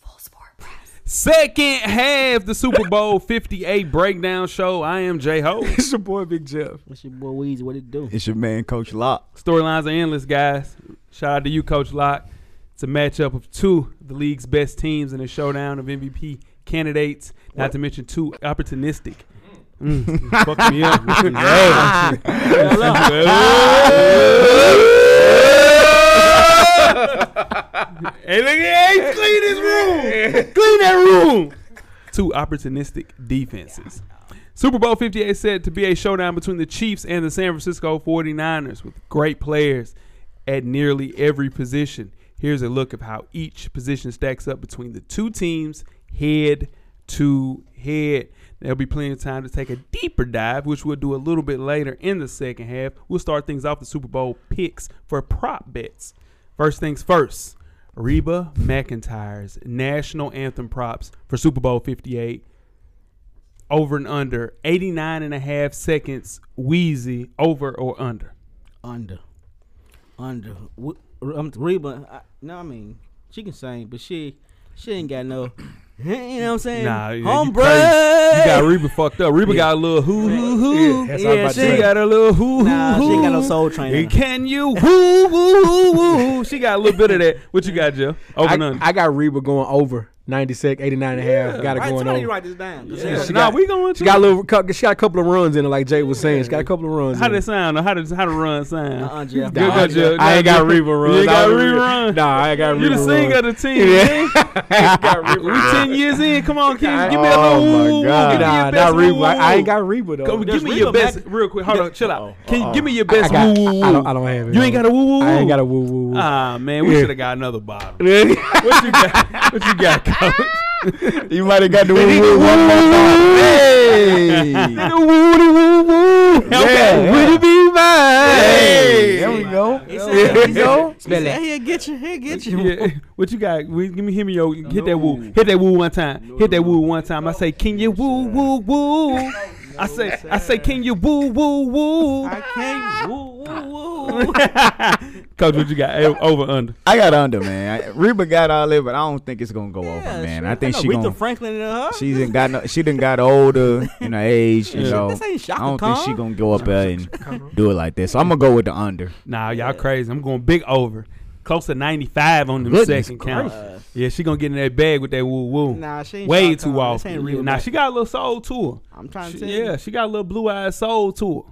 Speaker 4: Second half, the Super Bowl 58 breakdown show. I am J Ho.
Speaker 5: It's your boy Big Jeff.
Speaker 6: What's your boy Weezy? What it do?
Speaker 7: It's your man, Coach Locke.
Speaker 4: Storylines are endless, guys. Shout out to you, Coach Locke. It's a matchup of two of the league's best teams in a showdown of MVP candidates, not to mention two opportunistic. Mm, you fucked me up. hey, look at hey, clean this room. Clean that room. Two opportunistic defenses. Super Bowl 58 is set to be a showdown between the Chiefs and the San Francisco 49ers with great players at nearly every position. Here's a look of how each position stacks up between the two teams head to head. There'll be plenty of time to take a deeper dive, which we'll do a little bit later in the second half. We'll start things off with Super Bowl picks for prop bets. First things first, Reba McIntyre's national anthem props for Super Bowl 58 over and under 89 and a half seconds wheezy over or under
Speaker 6: Under, under. W- Um, Reba, I, no, I mean she can sing, but she she ain't got no. You know what I'm saying?
Speaker 4: Nah, yeah, you
Speaker 6: Hombre.
Speaker 4: crazy. you got reba fucked up reba got a little hoo hoo hoo
Speaker 5: that's what I'm
Speaker 6: yeah,
Speaker 5: about to
Speaker 6: she
Speaker 5: say.
Speaker 6: got.
Speaker 4: got a little hoo hoo
Speaker 6: Nah, she
Speaker 4: hoo
Speaker 6: ain't got no soul train. in her.
Speaker 4: can you hoo hoo hoo hoo she got a little bit of that what you got joe over and
Speaker 5: I,
Speaker 4: under
Speaker 5: I got Reba going over 90 sec, 89 and a half. Got it
Speaker 6: Right,
Speaker 5: going
Speaker 6: somebody
Speaker 5: over.
Speaker 6: write this down. 'cause
Speaker 4: Yeah,
Speaker 6: hell,
Speaker 4: nah,
Speaker 5: got-
Speaker 4: we going
Speaker 5: She
Speaker 4: to
Speaker 5: got a little. cou- She got a couple of runs in it, like Jay was saying. She got a couple of runs.
Speaker 4: how
Speaker 5: in it.
Speaker 4: did it sound how did how the run sound
Speaker 6: Uh-uh, Jeff.
Speaker 4: Good, good, Jeff.
Speaker 5: I ain't got
Speaker 4: Nah,
Speaker 5: Reba runs.
Speaker 4: you ain't got
Speaker 5: I don't-
Speaker 4: Reba runs.
Speaker 5: Nah, I ain't got Reba
Speaker 4: you the
Speaker 5: runs.
Speaker 4: singer of the team
Speaker 5: Yeah.
Speaker 4: man. we 10 years in come on kids give me a
Speaker 7: Oh,
Speaker 4: little
Speaker 7: my
Speaker 4: hoo hoo
Speaker 7: God.
Speaker 4: give me your
Speaker 5: Nah,
Speaker 4: best
Speaker 5: not Reba. I- I
Speaker 4: hoo-hoo.
Speaker 5: ain't got Reba though.
Speaker 4: Go, give
Speaker 6: There's
Speaker 4: me your
Speaker 6: Reba
Speaker 4: best
Speaker 6: Mac-
Speaker 4: real quick. Hold on, chill out. Can you give me your
Speaker 5: I,
Speaker 4: best
Speaker 5: got,
Speaker 4: woo woo?
Speaker 5: I, don't, I don't have it.
Speaker 4: You ain't got a woo woo.
Speaker 5: I ain't got a woo woo woo.
Speaker 4: Ah man, we
Speaker 5: Yeah.
Speaker 4: should have got another bottle. What you got? What you got, coach?
Speaker 7: You might have got the
Speaker 5: need
Speaker 7: woo-woo
Speaker 5: the
Speaker 7: one more
Speaker 5: woo-woo.
Speaker 7: time. Hey!
Speaker 5: Woo woo woo woo.
Speaker 7: Yeah.
Speaker 5: Would it be
Speaker 7: Hey!
Speaker 5: mine?
Speaker 7: There we go.
Speaker 6: He
Speaker 5: Yeah.
Speaker 6: said, he said, he
Speaker 5: Smell
Speaker 6: said,
Speaker 5: that.
Speaker 6: "Here, get you, here, get you."
Speaker 4: Yeah. What you got? We- Give me, hit me your, hit that woo, hit that woo one time, hit that woo one time. I say, can you woo woo woo? I say, I say, can you woo woo woo?
Speaker 6: I can't. Woo, woo, woo.
Speaker 4: Coach, what you got? Eh, Over under?
Speaker 7: I got under, man. I- Reba got all that, but I don't think it's gonna go
Speaker 6: Yeah,
Speaker 7: over, man.
Speaker 6: shit.
Speaker 7: I think
Speaker 6: know
Speaker 7: she
Speaker 6: Aretha
Speaker 7: gonna
Speaker 6: Franklin in her.
Speaker 7: she done got no, she done got older in her age. You
Speaker 4: Yeah.
Speaker 7: know,
Speaker 6: This ain't
Speaker 7: I
Speaker 6: Shaka
Speaker 7: don't think
Speaker 6: Khan.
Speaker 7: she gonna go up there and do it like this. So I'm gonna go with the under.
Speaker 4: Nah, y'all crazy. I'm going big over, close to 95 on them
Speaker 7: Goodness
Speaker 4: second count. Yeah, she gonna get in that bag with that woo woo.
Speaker 6: Nah, she ain't
Speaker 4: way
Speaker 6: Shaka
Speaker 4: too
Speaker 6: Khan.
Speaker 4: off.
Speaker 6: This ain't real
Speaker 4: Nah,
Speaker 6: Mac.
Speaker 4: she got a little soul to
Speaker 6: I'm
Speaker 4: her.
Speaker 6: trying to
Speaker 4: She-
Speaker 6: tell you.
Speaker 4: yeah, she got a little blue eyed soul to her.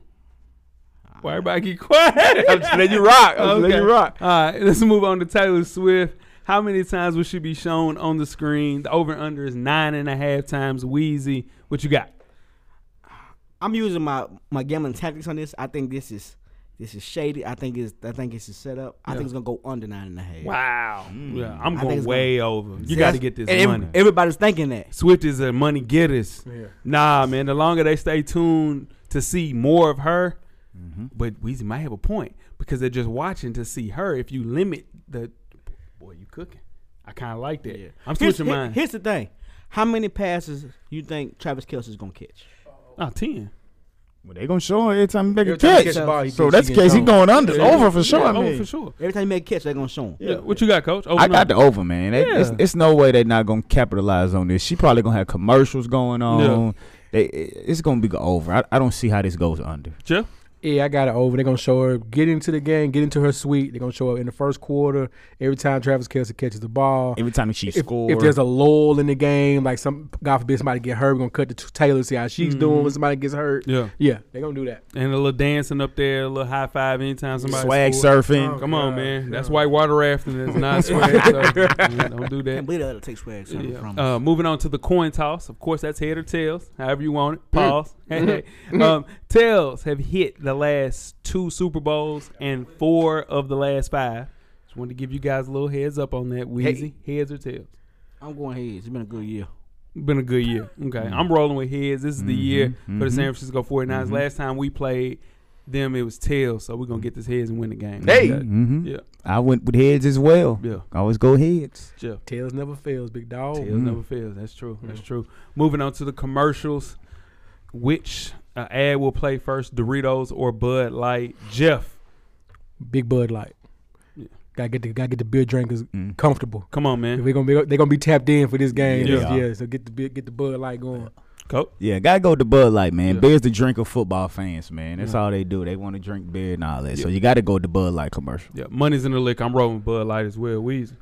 Speaker 4: Why everybody get quiet? I'm just
Speaker 5: letting you rock. I'm just letting you rock.
Speaker 4: All right, let's move on to Taylor Swift. How many times will she be shown on the screen? The over and under is nine and a half times. Wheezy, what you got?
Speaker 6: I'm using my my gambling tactics on this. I think this is this is shady. I think it's I think it's a setup. I think it's gonna go under nine and a half.
Speaker 4: Wow. Yeah, I'm
Speaker 6: Mm. think
Speaker 4: going
Speaker 6: it's
Speaker 4: way over. You got to get this
Speaker 6: And ev-
Speaker 4: money.
Speaker 6: Everybody's thinking that.
Speaker 4: Swift is a money getters. Nah, man. The longer they stay tuned to see more of her,
Speaker 7: Mm-hmm.
Speaker 4: but Weezy might have a point because they're just watching to see her. If you limit the boy, you cooking. I kind of like that. I'm
Speaker 6: Here's-
Speaker 4: switching
Speaker 6: here-
Speaker 4: mine.
Speaker 6: Here's the thing. How many passes you think Travis Kelsey's gonna catch?
Speaker 4: oh, 10.
Speaker 7: Well, they gonna show her every time he make a
Speaker 5: Every time he
Speaker 7: catch.
Speaker 5: catch the ball, he
Speaker 7: So
Speaker 5: thinks
Speaker 7: that's
Speaker 5: he
Speaker 7: the case. He
Speaker 5: getting
Speaker 7: going under. Over for sure.
Speaker 4: Yeah,
Speaker 7: I
Speaker 4: over
Speaker 7: mean.
Speaker 4: for sure.
Speaker 6: Every time you make a catch, they're gonna show him.
Speaker 4: Yeah. What you got, coach? Over
Speaker 7: I
Speaker 4: and
Speaker 7: got
Speaker 4: under.
Speaker 7: the over, man. They, it's,
Speaker 4: Yeah.
Speaker 7: it's no way they're not gonna capitalize on this. She probably gonna have commercials going on.
Speaker 4: Yeah.
Speaker 7: They, it- it's gonna be go over. I, I don't see how this goes under.
Speaker 4: Jeff?
Speaker 5: Yeah, I got it over. They're gonna show her get into the game, get into her suite. They're gonna show up in the first quarter every time Travis Kelsey catches the ball.
Speaker 7: Every time she
Speaker 5: if,
Speaker 7: scores,
Speaker 5: if there's a lull in the game, like some God forbid somebody get hurt, we're gonna cut to t- Taylor, see how she's doing when somebody gets hurt.
Speaker 4: Mm-hmm. Yeah.
Speaker 5: Yeah, they're gonna do that.
Speaker 4: And a little dancing up there, a little high five anytime somebody oh,
Speaker 7: swag
Speaker 4: scored.
Speaker 7: surfing.
Speaker 4: Come on,
Speaker 5: God,
Speaker 4: man. That's
Speaker 5: God.
Speaker 4: white water rafting. That's not swag surfing. Yeah, Don't do that.
Speaker 6: Can't believe the other takes swag something
Speaker 4: Yeah.
Speaker 6: from us.
Speaker 4: Uh, moving on to the coin Mm. Mm-hmm. toss. Of course, that's head or tails, however you want it. Pause. um, tails have hit the the last two Super Bowls and four of the last five. Just wanted to give you guys a little heads up on that. Wheezy, heads or tails?
Speaker 6: I'm going heads. It's been a good year.
Speaker 4: Been a good year. Okay. I'm rolling with heads. This is the year for the San Francisco 49ers. Last time we played them, it was tails. So we're going to get this heads and win the game.
Speaker 5: Hey!
Speaker 7: Mm-hmm.
Speaker 4: Yeah.
Speaker 7: I went with heads as well.
Speaker 4: Yeah.
Speaker 7: Always go heads.
Speaker 4: Jeff.
Speaker 5: Tails never fails, big dog.
Speaker 4: Tails never fails. That's true. That's true. Moving on to the commercials, which uh, ad will play first? Doritos or Bud Light? Jeff,
Speaker 5: Mm. Big Bud Light. Gotta get the gotta get the beer drinkers
Speaker 4: Mm.
Speaker 5: comfortable.
Speaker 4: come on, man.
Speaker 5: We're gonna be they're gonna be tapped in for this game.
Speaker 4: Yeah.
Speaker 5: Yeah, yeah so get the beer- get the Bud Light going.
Speaker 4: Go.
Speaker 7: Yeah, gotta go to Bud Light, man.
Speaker 4: Yeah.
Speaker 7: Beer's the drink of football fans, man. That's all they do. They want to drink beer and all that. So you gotta go to Bud Light commercial,
Speaker 4: Yeah, money's in the lick. I'm rolling with Bud Light as well. Weezy,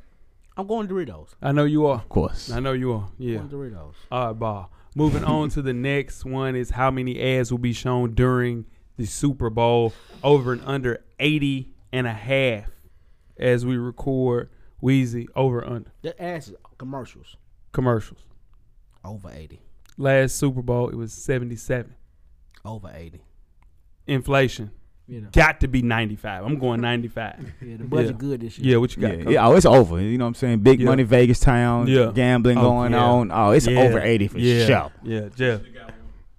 Speaker 6: I'm going Doritos.
Speaker 4: I know you are.
Speaker 7: of course.
Speaker 4: I know you are. Yeah.
Speaker 6: Going Doritos.
Speaker 4: All right, ball. Moving on to the next one is how many ads will be shown during the Super Bowl over and under 80 and a half as we record Wheezy over under
Speaker 6: That ass is commercials.
Speaker 4: commercials.
Speaker 6: Over 80.
Speaker 4: Last Super Bowl it was 77.
Speaker 6: Over 80.
Speaker 4: Inflation
Speaker 6: You know.
Speaker 4: got to be 95. I'm going 95.
Speaker 6: Yeah, the budget
Speaker 4: Yeah.
Speaker 6: good this year.
Speaker 4: yeah, what you got?
Speaker 7: Yeah, yeah, oh, it's over. You know what I'm saying? Big
Speaker 4: Yeah.
Speaker 7: money, Vegas town,
Speaker 4: Yeah.
Speaker 7: gambling
Speaker 4: Oh,
Speaker 7: going
Speaker 4: yeah.
Speaker 7: on. Oh, it's
Speaker 4: Yeah.
Speaker 7: over 80 for
Speaker 4: yeah.
Speaker 7: sure.
Speaker 4: Yeah, Jeff.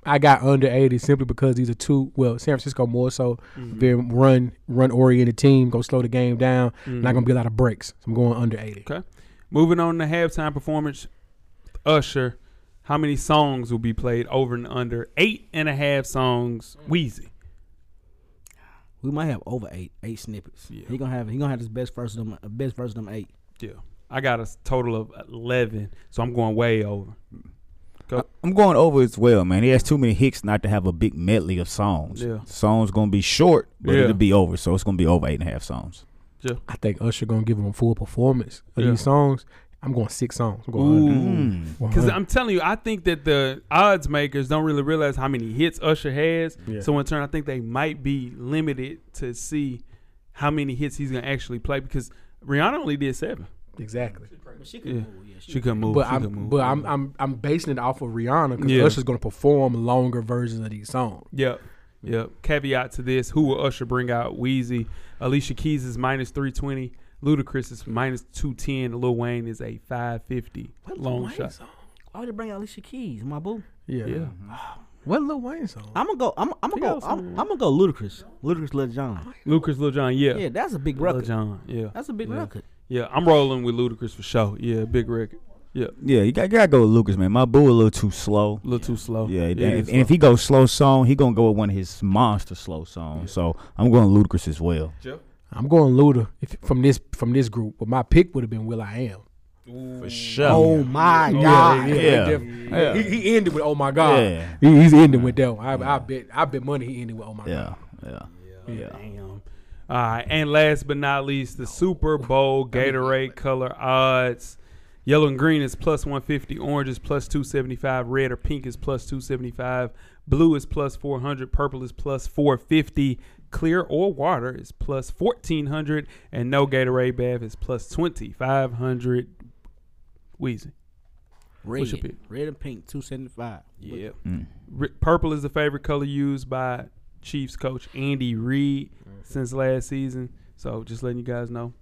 Speaker 5: I got under eighty simply because these are two well, San Francisco more so
Speaker 4: Mm-hmm.
Speaker 5: very run run oriented team, gonna slow the game down. Not gonna be a lot of breaks. So I'm going under eighty.
Speaker 4: Mm-hmm. Okay. Moving on to halftime performance, Usher. How many songs will be played over and under? Eight and a half songs. Wheezy.
Speaker 6: We might have over eight eight snippets. He gonna have he gonna have his best verse of them uh, best verse of them eight.
Speaker 4: Yeah. I got a s- total of 11, so I'm going way over. Go.
Speaker 7: I'm going over as well, man. He has too many hicks not to have a big medley of songs.
Speaker 4: Yeah.
Speaker 7: Songs gonna be short, but
Speaker 4: Yeah.
Speaker 7: it'll be over. So it's gonna be over eight and a half songs.
Speaker 5: I think Usher gonna give him a full performance of
Speaker 4: Yeah.
Speaker 5: these songs. I'm going six songs. I'm going under.
Speaker 4: Ooh. Because I'm telling you, I think that the odds makers don't really realize how many hits Usher has. So in turn, I think they might be limited to see how many hits he's gonna actually play. Because Rihanna only did seven.
Speaker 5: Exactly.
Speaker 4: Yeah. She couldn't move.
Speaker 5: But
Speaker 4: she couldn't
Speaker 5: I'm
Speaker 4: move.
Speaker 5: but I'm I'm I'm basing it off of Rihanna because
Speaker 4: Yeah.
Speaker 5: Usher's gonna perform longer versions of these songs.
Speaker 4: Yep. Yep. Caveat to this: Who will Usher bring out? Wheezy, Alicia Keys is minus three twenty. Ludacris is minus two ten. Lil Wayne is a five fifty. Long shot.
Speaker 6: Why would you bring out Alicia Keys, my boo?
Speaker 5: Yeah.
Speaker 4: Yeah.
Speaker 5: What Lil Wayne song?
Speaker 6: I'm gonna go. I'm, I'm gonna go. I'm, I'm gonna go. Ludacris. Ludacris, Lil Jon.
Speaker 4: Ludacris, Lil John. Yeah.
Speaker 6: Oh, Yeah, that's a big
Speaker 4: Lil
Speaker 6: record.
Speaker 4: John. Yeah.
Speaker 6: That's a big
Speaker 4: yeah.
Speaker 6: record.
Speaker 4: Yeah. I'm rolling with Ludacris for sure. Yeah. Big record. Yeah.
Speaker 7: Yeah, you gotta, gotta go with Lucas, man. My boo a little too slow.
Speaker 4: A little too slow.
Speaker 7: Yeah, and,
Speaker 4: it
Speaker 7: if,
Speaker 4: is
Speaker 7: and if
Speaker 4: slow.
Speaker 7: he goes slow song, he gonna go with one of his monster slow songs. So I'm going Ludacris as well.
Speaker 5: I'm going Luda if, from this from this group, but my pick would have been Will I Am.
Speaker 7: For sure.
Speaker 6: Oh my
Speaker 5: God,
Speaker 7: yeah,
Speaker 5: yeah,
Speaker 7: yeah.
Speaker 5: def-
Speaker 7: Yeah.
Speaker 5: He, he ended with "Oh my God."
Speaker 7: Yeah.
Speaker 5: He, he's ending with that. One. I, I bet. I bet money he ended with "Oh my God."
Speaker 7: yeah, yeah, yeah.
Speaker 4: Damn. All right, and last but not least, the Super Bowl Gatorade color odds. Yellow and green is plus 150, orange is plus 275, red or pink is plus 275, blue is plus 400, purple is plus 450, clear or water is plus 1400, and no Gatorade bath is plus 2500. Wheezy.
Speaker 6: Red,
Speaker 4: What's your pick?
Speaker 6: red and pink, two seventy five.
Speaker 4: Yeah.
Speaker 7: Mm.
Speaker 4: purple is the favorite color used by Chiefs coach Andy Reid since last season. So just letting you guys know.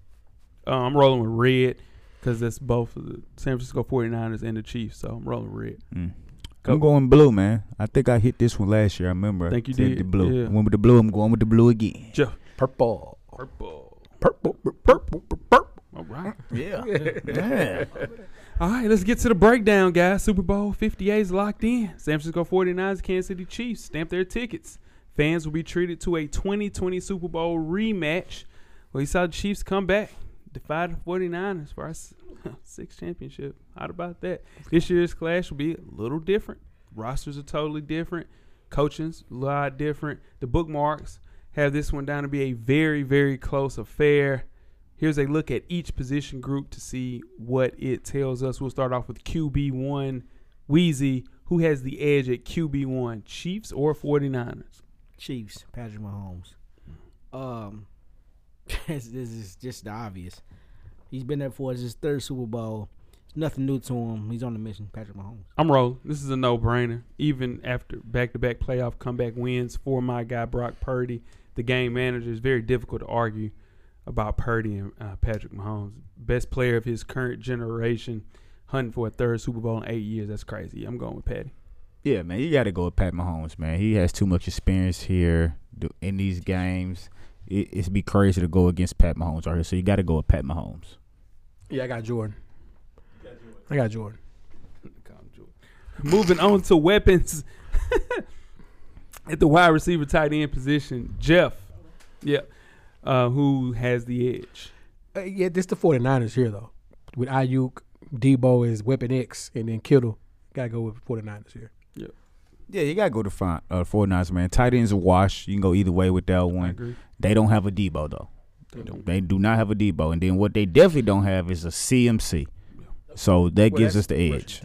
Speaker 4: Uh, I'm rolling with red because that's both of the San Francisco 49ers and the Chiefs. So I'm rolling with red.
Speaker 7: I'm going blue, man. I think I hit this one last year. I remember. I
Speaker 4: Think you
Speaker 7: said
Speaker 4: did,
Speaker 7: The blue.
Speaker 4: yeah.
Speaker 7: I went with the blue. I'm going with the blue again.
Speaker 4: Jeff.
Speaker 5: Purple.
Speaker 4: Purple.
Speaker 5: Purple. Purple. Purple.
Speaker 4: All right.
Speaker 7: Yeah. yeah.
Speaker 4: All right, let's get to the breakdown, guys. Super Bowl 58 is locked in. San Francisco 49ers, Kansas City Chiefs stamp their tickets. Fans will be treated to a 2020 Super Bowl rematch. Well, you saw the Chiefs come back, defy the 49ers for our s- sixth championship. How about that? This year's clash will be a little different. Rosters are totally different. Coaching's a lot different. The bookmarks have this one down to be a very, very close affair. Here's a look at each position group to see what it tells us. We'll start off with QB1 Wheezy. Who has the edge at QB1, Chiefs or 49ers?
Speaker 6: Chiefs, Patrick Mahomes. Um, this, this is just the obvious. He's been there for his third Super Bowl. Nothing new to him. He's on the mission. Patrick Mahomes.
Speaker 4: I'm rolling. This is a no brainer. Even after back to back playoff comeback wins for my guy Brock Purdy, the game manager, is very difficult to argue about Purdy and uh, Patrick Mahomes. Best player of his current generation, hunting for a third Super Bowl in eight years. That's crazy. I'm going with Patty.
Speaker 7: Yeah, man, you got to go with Pat Mahomes, man. He has too much experience here do- in these games. It, it'd be crazy to go against Pat Mahomes right here, so you got to go with Pat Mahomes.
Speaker 5: Yeah, I got Jordan. I got Jordan.
Speaker 4: Moving on to weapons at the wide receiver tight end position, Jeff. Yeah. Uh, who has the edge?
Speaker 5: Uh, yeah, this the 49ers here though. With Ayuk, Debo is Weapon X, and then Kittle. Gotta go with 49ers here.
Speaker 7: Yeah, you got to go to find, uh, 49ers, man. Tight ends are wash. You can go either way with that
Speaker 4: I
Speaker 7: one.
Speaker 4: agree.
Speaker 7: They don't have a Debo, though. They, do not have a Debo. And then what they definitely don't have is a CMC. So that gives us the edge.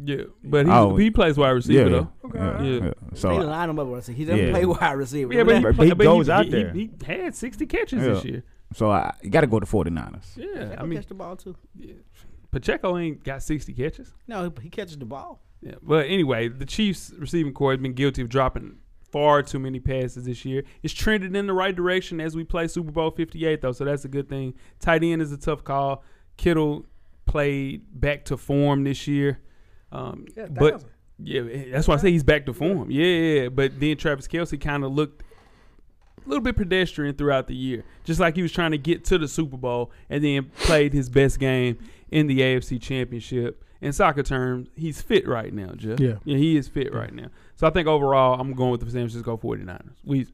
Speaker 4: Yeah, but he,
Speaker 7: Oh.
Speaker 4: he plays wide receiver though.
Speaker 7: yeah,
Speaker 4: Yeah.
Speaker 7: yeah.
Speaker 6: They
Speaker 7: So
Speaker 6: line him up. with- He doesn't
Speaker 7: Yeah.
Speaker 6: play wide receiver.
Speaker 4: Yeah, but he,
Speaker 7: But
Speaker 4: play-
Speaker 7: he goes out
Speaker 4: he-
Speaker 7: there.
Speaker 4: He, he had 60 catches
Speaker 7: Yeah.
Speaker 4: this year.
Speaker 7: So I you got to go to 49ers.
Speaker 4: Yeah,
Speaker 6: Pacheco
Speaker 4: I mean,
Speaker 6: catch the ball too.
Speaker 4: yeah. Pacheco ain't got 60 catches.
Speaker 6: No, he, he catches the ball.
Speaker 4: Yeah, but anyway, the Chiefs receiving core has been guilty of dropping far too many passes this year. It's trended in the right direction as we play Super Bowl 58, though, so that's a good thing. Tight end is a tough call. Kittle played back to form this year. Um, but yeah, eh, that's why I say he's back to form. Yeah, yeah. But then Travis Kelsey kind of looked a little bit pedestrian throughout the year, just like he was trying to get to the Super Bowl and then played his best game in the AFC Championship. In soccer terms, he's fit right now, Jeff.
Speaker 5: Yeah.
Speaker 4: yeah he is fit right now. So I think overall, I'm going with the San Francisco 49ers. We,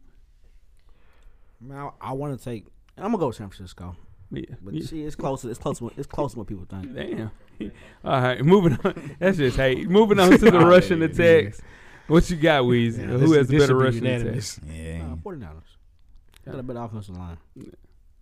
Speaker 6: Man, I, I want to take. I'm gonna go with San Francisco,
Speaker 4: yeah,
Speaker 6: but
Speaker 4: yeah.
Speaker 6: see, it's closer. It's closer. It's closer than what people think.
Speaker 4: Damn. All right, moving on. That's just hate. Moving on to the
Speaker 6: Oh,
Speaker 4: Russian attacks. What you got, Weezy?
Speaker 5: Yeah,
Speaker 4: Who
Speaker 5: this-
Speaker 4: has the
Speaker 5: this
Speaker 4: better
Speaker 5: should be
Speaker 4: Russian attack?
Speaker 5: unanimous.
Speaker 7: Yeah.
Speaker 6: Uh, 49ers. Got a better offensive line.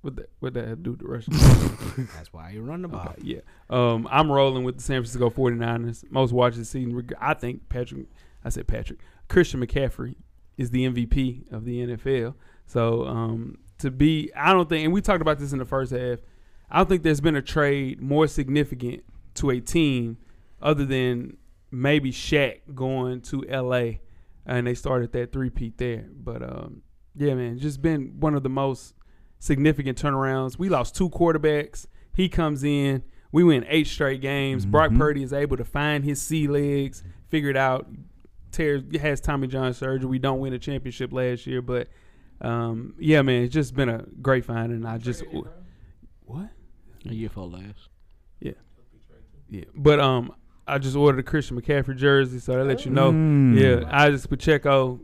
Speaker 4: What that, what that have to do with the Russian?
Speaker 6: That's why you run the ball.
Speaker 4: Okay, yeah. Um, I'm rolling with the San Francisco 49ers. Most watched this season. Reg- I think Patrick, I said Patrick, Christian McCaffrey is the MVP of the NFL. So um, to be, I don't think, and we talked about this in the first half, I don't think there's been a trade more significant to a team other than maybe Shaq going to LA and they started that three peat there. But um, yeah, man, just been one of the most significant turnarounds. We lost two quarterbacks. He comes in. We win eight straight games. Brock Purdy is able to find his C legs, figure it out. Tears has Tommy John surgery. We don't win a championship last year, but um, yeah, man, it's just been a great find, and I just what?
Speaker 6: A year for last.
Speaker 4: Yeah, but um, I just ordered a Christian McCaffrey jersey, so that let you know.
Speaker 7: Mm.
Speaker 4: Yeah, Alex Pacheco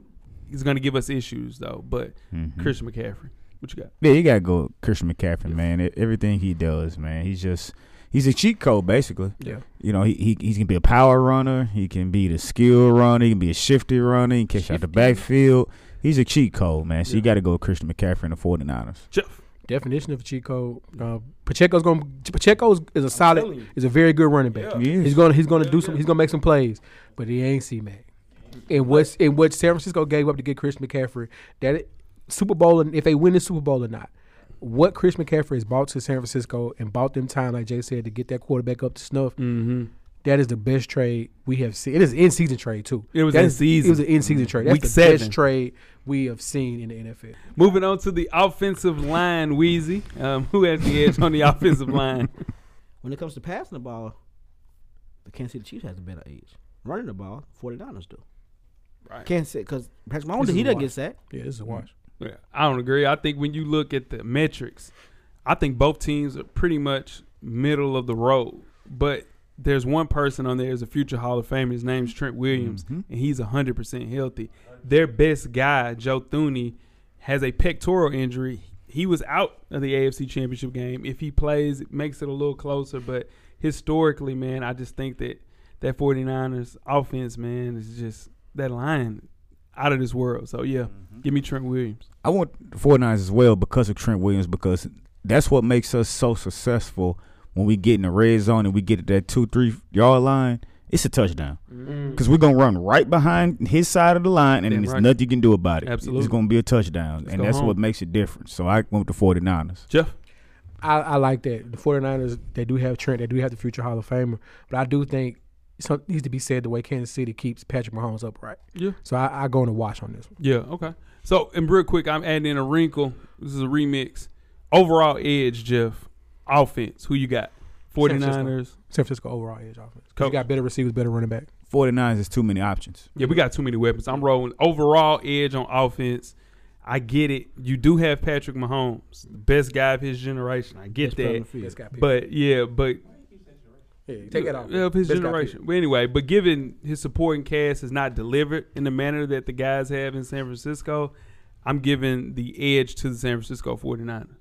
Speaker 4: is going to give us issues though, but
Speaker 7: Mm-hmm.
Speaker 4: Christian McCaffrey, what you got?
Speaker 7: Yeah, you gotta go Christian McCaffrey, man. E- Everything he does, man, he's just he's a cheat code basically.
Speaker 4: Yeah.
Speaker 7: You know, he, he he can be a power runner, he can be the skill runner, he can be a shifty runner, he can catch out the backfield. He's a cheat code, man. So you gotta go with Christian McCaffrey and the 49ers.
Speaker 4: Jeff.
Speaker 5: Definition of Chico. Uh, Pacheco's going. to Pacheco is, is a solid. Is a very good running back.
Speaker 7: He is.
Speaker 5: He's going. to He's going to do some. He's going to make some plays, but he ain't C Mac. And what's and what San Francisco gave up to get Chris McCaffrey that it- Super Bowl and if they win the Super Bowl or not, what Chris McCaffrey has bought to San Francisco and bought them time, like Jay said, to get that quarterback up to snuff.
Speaker 4: Mm-hmm.
Speaker 5: That is the best trade we have seen. It is in season trade too.
Speaker 4: It was
Speaker 5: That
Speaker 4: in
Speaker 5: is-
Speaker 4: season.
Speaker 5: It was an in season trade. That's
Speaker 4: Week
Speaker 5: the
Speaker 4: seven.
Speaker 5: best trade we have seen in the NFL.
Speaker 4: Moving on to the offensive line, Wheezy. Um, who has the edge on the offensive line?
Speaker 6: When it comes to passing the ball, the Kansas City Chiefs has a better edge. Running the ball, 49ers do.
Speaker 4: Right.
Speaker 6: Kansas City, because Patrick Mahomes,
Speaker 5: This
Speaker 6: he
Speaker 5: is
Speaker 6: doesn't
Speaker 5: why.
Speaker 6: get sacked.
Speaker 5: Yeah, this is
Speaker 4: Mm-hmm.
Speaker 5: a watch.
Speaker 4: Yeah, I don't agree. I think when you look at the metrics, I think both teams are pretty much middle of the road. But there's one person on there is a future Hall of Famer. His name's Trent Williams, and he's 100% healthy. Their best guy, Joe Thuney, has a pectoral injury. He was out of the AFC Championship game. If he plays, it makes it a little closer. But historically, man, I just think that that 49ers offense, man, is just that line out of this world. So, yeah, give me Trent Williams.
Speaker 7: I want the 49ers as well because of Trent Williams because that's what makes us so successful when we get in the red zone and we get at that two three yard line. It's a touchdown because we're gonna run right behind his side of the line and
Speaker 4: Mm. Damn
Speaker 7: there's
Speaker 4: right.
Speaker 7: nothing you can do about it.
Speaker 4: Absolutely.
Speaker 7: it's gonna be a touchdown, and
Speaker 4: go
Speaker 7: that's
Speaker 4: home.
Speaker 7: what makes it different. So I went with the 49ers.
Speaker 4: Jeff.
Speaker 5: I, I like that. The 49ers, they do have Trent, they do have the future Hall of Famer, but I do think something needs to be said the way Kansas City keeps Patrick Mahomes upright.
Speaker 4: Yeah.
Speaker 5: So I, I go on a watch on this one.
Speaker 4: Yeah, okay. So, and real quick, I'm adding in a wrinkle. This is a remix. Overall edge, Jeff. Offense, who you got? 49ers.
Speaker 5: San Francisco overall edge offense. 'Cause
Speaker 4: Coach.
Speaker 5: You got better receivers, better running back.
Speaker 7: 49ers is too many options.
Speaker 4: Yeah, we got too many weapons. I'm rolling overall edge on offense. I get it. You do have Patrick Mahomes, the best guy of his generation. I get
Speaker 6: Best player on the
Speaker 4: that.
Speaker 6: field.
Speaker 5: Best guy pick.
Speaker 4: But yeah, but
Speaker 5: yeah, take that off.
Speaker 4: Yeah, of his
Speaker 5: Best guy
Speaker 4: generation.
Speaker 5: pick.
Speaker 4: But anyway, but given his supporting cast is not delivered in the manner that the guys have in San Francisco, I'm giving the edge to the San Francisco 49ers.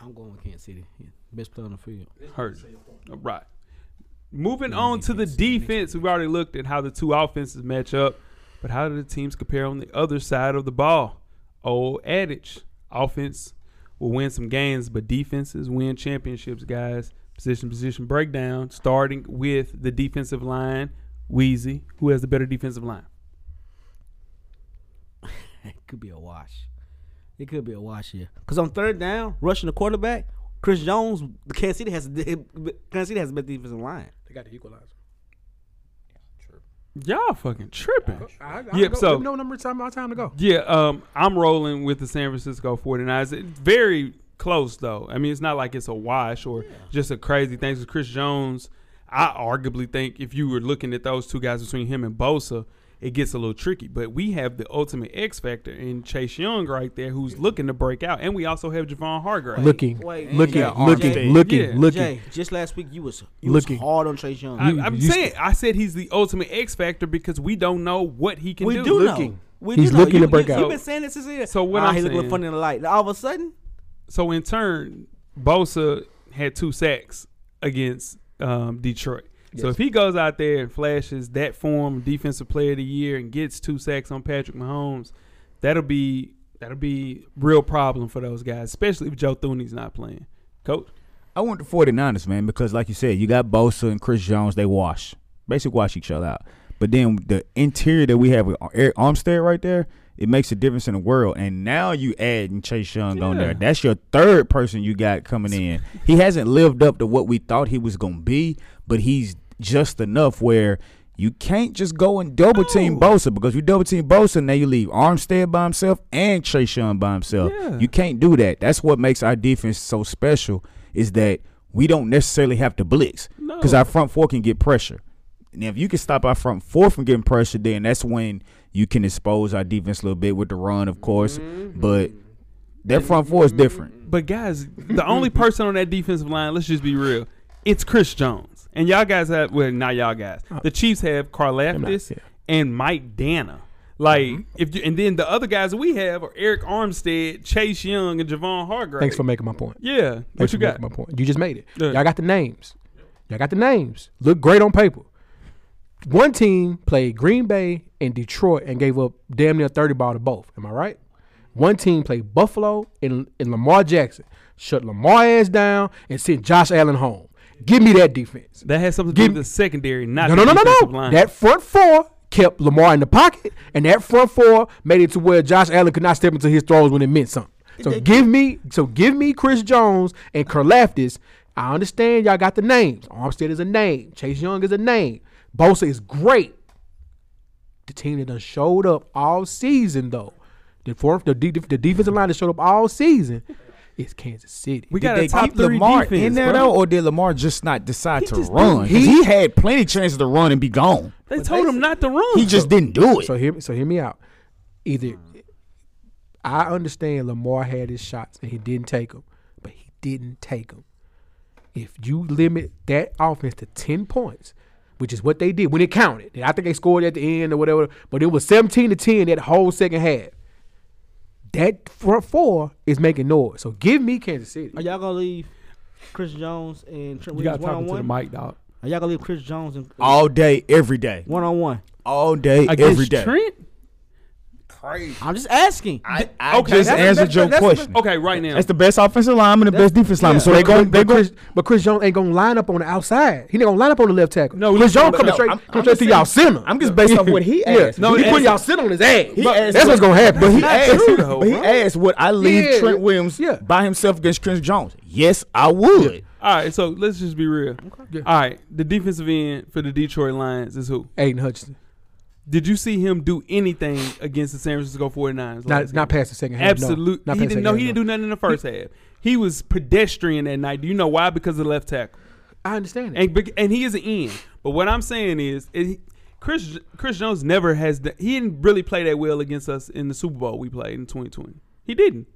Speaker 6: I'm going with Kansas City. Yeah. Best player on the field.
Speaker 4: Hurt. All right. Moving on to the defense, we've already looked at how the two offenses match up, but how do the teams compare on the other side of the ball? Old adage offense will win some games, but defenses win championships, guys. Position position breakdown, starting with the defensive line. Wheezy, who has the better defensive line?
Speaker 6: It could be a wash. It could be a wash here. Cause on third down, rushing the quarterback, Chris Jones, Kansas City has Kansas City has the best defensive line.
Speaker 5: They got the equalizer.
Speaker 4: Y'all fucking tripping.
Speaker 5: I, I
Speaker 4: Yep,
Speaker 5: go,
Speaker 4: so-
Speaker 5: no number time my time to go.
Speaker 4: Yeah, um, I'm rolling with the San Francisco 49ers. It's very close, though. I mean, it's not like it's a wash or just a crazy thing. 'Cause Chris Jones, I arguably think if you were looking at those two guys between him and Bosa, it gets a little tricky. But we have the ultimate X factor in Chase Young right there, who's looking to break out, and we also have Javon Hargrave.
Speaker 5: Looking,
Speaker 6: Wait,
Speaker 5: looking,
Speaker 6: yeah,
Speaker 5: looking,
Speaker 6: Jay,
Speaker 5: looking,
Speaker 4: yeah,
Speaker 5: looking.
Speaker 6: Jay, just last week you was you
Speaker 5: Looking.
Speaker 6: was hard on Trace Young.
Speaker 4: I,
Speaker 5: You-
Speaker 4: I'm
Speaker 5: you-
Speaker 4: saying, I said he's the ultimate X factor because we don't know what he can
Speaker 6: we
Speaker 4: do.
Speaker 6: do know.
Speaker 5: looking.
Speaker 6: We
Speaker 5: He's
Speaker 6: do
Speaker 5: looking
Speaker 6: know.
Speaker 5: to break
Speaker 6: you,
Speaker 5: out.
Speaker 6: You've been saying this since here.
Speaker 4: So what
Speaker 6: Ah,
Speaker 4: I'm
Speaker 6: he look
Speaker 4: saying-
Speaker 6: looking funny in the light. Now, all of a sudden,
Speaker 4: So in turn, Bosa had two sacks against um, Detroit. So if he goes out there and flashes that form, defensive player of the year, and gets two sacks on Patrick Mahomes, that'll be that'll be real problem for those guys, especially if Joe Thuney's not playing. Coach,
Speaker 7: I want the 49ers, man, because like you said, you got Bosa and Chris Jones, they wash. Basically wash each other out. But then the interior that we have with Eric Armstead right there, it makes a difference in the world. And now you add and Chase Young on
Speaker 4: Yeah.
Speaker 7: there. That's your third person you got coming in. He hasn't lived up to what we thought he was gonna be, but he's just enough where you can't just go and double team Bosa because you double team Bosa now you leave Armstead by himself and Chase Young by himself.
Speaker 4: Yeah.
Speaker 7: You can't do that. That's what makes our defense so special is that we don't necessarily have to blitz because
Speaker 4: No.
Speaker 7: our front four can get pressure. And if you can stop our front four from getting pressure, then that's when you can expose our defense a little bit with the run, of course.
Speaker 4: Mm-hmm.
Speaker 7: But that front four is different.
Speaker 4: but guys, the only person on that defensive line, let's just be real, it's Chris Jones, and y'all guys have well, not y'all guys. The Chiefs have Carl Laftis
Speaker 5: Uh, yeah. Mm-hmm.
Speaker 4: and Mike Dana. Like if you, and then the other guys we have are Eric Armstead, Chase Young, and Javon Hargrave.
Speaker 5: Thanks for making my point.
Speaker 4: yeah. What
Speaker 5: Thanks
Speaker 4: you
Speaker 5: for
Speaker 4: got?
Speaker 5: making My point. You just made it.
Speaker 4: Yeah.
Speaker 5: Y'all got the names. Y'all got the names. Look great on paper. One team played Green Bay and Detroit and gave up damn near 30 ball to both. Am I right? One team played Buffalo and, and Lamar Jackson. Shut Lamar ass down and sent Josh Allen home. Give me that defense.
Speaker 4: That has something to do
Speaker 5: Give-
Speaker 4: with the secondary, not
Speaker 5: No,
Speaker 4: the
Speaker 5: no, no, no,
Speaker 4: defensive
Speaker 5: no.
Speaker 4: line.
Speaker 5: That front four kept Lamar in the pocket, and that front four made it to where Josh Allen could not step into his throws when it meant something. So give me, so give me Chris Jones and Karlaftis. I understand y'all got the names. Armstead is a name. Chase Young is a name. Bosa is great. The team that done showed up all season though, the fourth, the, de- the defensive line that showed up all season, is Kansas City.
Speaker 4: we got a top
Speaker 7: keep
Speaker 4: three
Speaker 7: Lamar
Speaker 4: defense.
Speaker 7: in there
Speaker 4: bro.
Speaker 7: though, or did Lamar just not decide to
Speaker 6: just
Speaker 7: run?
Speaker 5: didn't.
Speaker 7: He, he had plenty of chances to run and be gone.
Speaker 4: They told him not to run.
Speaker 7: He just didn't do it.
Speaker 5: So hear so hear me out. Either I understand Lamar had his shots and he didn't take them, but he didn't take them. If you limit that offense to ten points, which is what they did when it counted, and I think they scored at the end or whatever, but it was seventeen to ten that whole second half. That front four is making noise. So give me Kansas City.
Speaker 6: are y'all gonna leave Chris Jones and Trent
Speaker 4: You got to
Speaker 6: Williams one
Speaker 4: talk
Speaker 6: on
Speaker 4: into the
Speaker 6: one? Are
Speaker 4: mic, dog.
Speaker 6: y'all gonna leave Chris Jones and
Speaker 7: All day, every day.
Speaker 6: one on one?
Speaker 7: All day,
Speaker 4: Against
Speaker 7: every day.
Speaker 4: Trent?
Speaker 8: crazy.
Speaker 6: I'm just asking.
Speaker 7: I, I
Speaker 4: Okay,
Speaker 7: just
Speaker 4: that's-
Speaker 7: answered
Speaker 4: that's-
Speaker 7: your
Speaker 4: that's-
Speaker 7: question.
Speaker 4: Okay, right now.
Speaker 7: That's the best offensive lineman, the best defense lineman. So they
Speaker 5: but,
Speaker 7: go.
Speaker 5: Chris,
Speaker 7: They
Speaker 5: but,
Speaker 7: go.
Speaker 5: Chris, but Chris Jones ain't gonna line up on the outside. He ain't gonna line up on the left tackle.
Speaker 4: No,
Speaker 5: Chris
Speaker 4: listen,
Speaker 5: Jones
Speaker 4: but
Speaker 5: coming
Speaker 4: no,
Speaker 5: straight,
Speaker 7: I'm- I'm
Speaker 5: coming straight
Speaker 7: just
Speaker 5: to
Speaker 7: saying-
Speaker 5: y'all center.
Speaker 7: I'm just based off what he asked.
Speaker 5: No,
Speaker 4: No,
Speaker 5: he
Speaker 4: it
Speaker 5: put
Speaker 4: is-
Speaker 5: y'all sit on his ass.
Speaker 7: He
Speaker 5: But
Speaker 7: asked
Speaker 5: that's what's
Speaker 7: what-
Speaker 5: gonna happen.
Speaker 7: But he
Speaker 4: not
Speaker 7: asked.
Speaker 4: true, though,
Speaker 7: but he
Speaker 4: bro.
Speaker 7: asked, "Would I leave
Speaker 5: Yeah.
Speaker 7: Trent Williams
Speaker 5: Yeah.
Speaker 7: by himself against Chris Jones?" Yes, I would.
Speaker 4: All right, so let's just be real.
Speaker 5: Yeah.
Speaker 4: All right, the defensive end for the Detroit Lions is who?
Speaker 5: Aiden Hutchinson.
Speaker 4: Did you see him do anything against the San Francisco 49ers?
Speaker 5: Not
Speaker 4: last
Speaker 5: not
Speaker 4: game?
Speaker 5: past the second half.
Speaker 4: Absolute.
Speaker 5: No, Not
Speaker 4: he
Speaker 5: past the
Speaker 4: didn't. No,
Speaker 5: second
Speaker 4: he
Speaker 5: half,
Speaker 4: didn't do nothing in the first half. He was pedestrian that night. Do you know why? Because of the left tackle,
Speaker 5: I understand it.
Speaker 4: and bec- and he is an end. But what I'm saying is, it, Chris Chris Jones never has. The, he didn't really play that well against us in the Super Bowl we played in 2020. He didn't.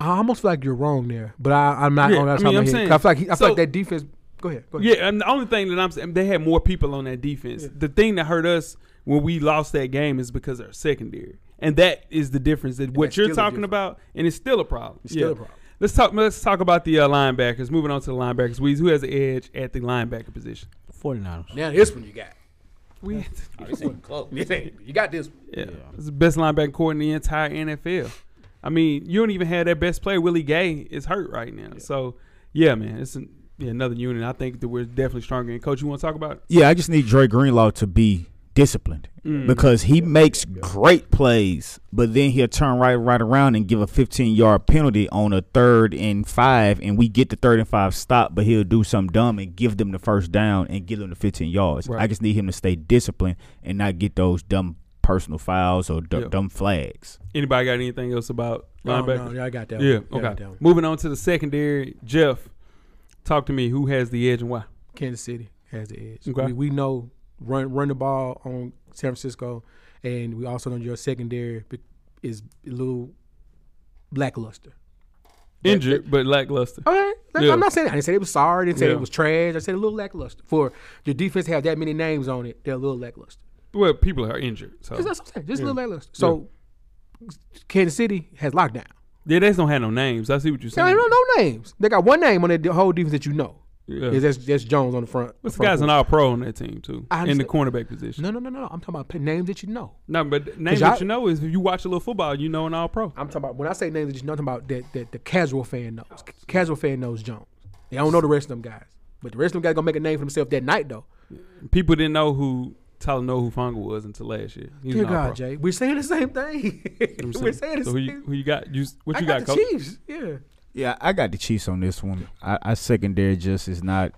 Speaker 5: I almost feel like you're wrong there, but I, I'm not
Speaker 4: Yeah,
Speaker 5: on
Speaker 4: I mean,
Speaker 5: that top of my
Speaker 4: I'm
Speaker 5: head.
Speaker 4: saying-
Speaker 5: 'Cause I feel like he, I feel
Speaker 4: so-
Speaker 5: like that defense. Go ahead. Go ahead.
Speaker 4: Yeah, and the only thing that I'm saying, they had more people on that defense. The thing that hurt us when we lost that game is because of our secondary, and that is the difference. That what
Speaker 5: that's
Speaker 4: you're
Speaker 5: still a
Speaker 4: talking
Speaker 5: difference.
Speaker 4: about, and it's still a problem. It's
Speaker 5: still a problem.
Speaker 4: Let's talk. Let's talk about the uh, linebackers. Moving on to the linebackers, Weez, who has the edge at the linebacker position?
Speaker 6: 49ers.
Speaker 5: Now this one you got.
Speaker 4: We,
Speaker 8: Oh.
Speaker 5: you got this. One.
Speaker 4: yeah, it's the best linebacker core in the entire NFL. I mean, you don't even have that best player. Willie Gay is hurt right now, so yeah, man, it's an, yeah, another unit. I think that we're definitely stronger. And coach, you want to talk about it?
Speaker 7: Yeah, I just need Dre Greenlaw to be disciplined because he makes great plays, but then he'll turn right right around and give a 15 yard penalty on a third and five, and we get the third and five stop, but he'll do something dumb and give them the first down and give them the 15 yards. I just need him to stay disciplined and not get those dumb personal fouls or d-
Speaker 4: Yeah.
Speaker 7: dumb flags.
Speaker 4: Anybody got anything else about
Speaker 5: Oh,
Speaker 4: linebackers?
Speaker 5: no, yeah, I got that.
Speaker 4: Yeah.
Speaker 5: One. I got
Speaker 4: Okay.
Speaker 5: that one.
Speaker 4: Moving on to the secondary, Jeff. Talk to me. Who has the edge and why?
Speaker 5: Kansas City has the edge.
Speaker 4: Okay.
Speaker 5: We, we know run run the ball on San Francisco, and we also know your secondary be- is a little lackluster.
Speaker 4: Injured, but lackluster.
Speaker 5: All right. Like,
Speaker 4: Yeah.
Speaker 5: I'm not saying I didn't say it was sorry. I didn't say
Speaker 4: Yeah.
Speaker 5: it was trash. I said a little lackluster. For the defense to have that many names on it, they're a little lackluster.
Speaker 4: Well, people are injured, so
Speaker 5: That's what I'm saying. Just a little lackluster. So Kansas City has lockdown.
Speaker 4: yeah, they just don't have no names. I see what you're
Speaker 5: They
Speaker 4: saying.
Speaker 5: don't know no names. They got one name on that whole defense that you know.
Speaker 4: Yeah.
Speaker 5: Is that's, that's Jones on the front.
Speaker 4: What's the
Speaker 5: front
Speaker 4: guys an
Speaker 5: court.
Speaker 4: all pro on that team too
Speaker 5: I
Speaker 4: in the
Speaker 5: understand.
Speaker 4: cornerback position?
Speaker 5: No, no, no, no, no. I'm talking about p- names that you know.
Speaker 4: No, but name
Speaker 5: 'Cause
Speaker 4: that
Speaker 5: y'all-
Speaker 4: you know is if you watch a little football, you know an all pro.
Speaker 5: I'm talking about when I say names that you know, I'm talking about that, that the casual fan knows. C- Casual fan knows Jones. They don't know the rest of them guys. But the rest of them guys gonna make a name for themselves that night though.
Speaker 4: People didn't know who Talanoa Hufanga was until last year. He's
Speaker 5: Dear
Speaker 4: an all-pro.
Speaker 5: God, Jay, we're saying the same thing.
Speaker 4: You know what
Speaker 5: we're
Speaker 4: I'm saying?
Speaker 5: saying the
Speaker 4: so who
Speaker 5: same.
Speaker 4: you, who you got? You, what
Speaker 5: I
Speaker 4: you
Speaker 5: got,
Speaker 4: got, coach?
Speaker 5: the Chiefs. Yeah,
Speaker 7: Yeah, I got the Chiefs on this one. I, I secondary just is not.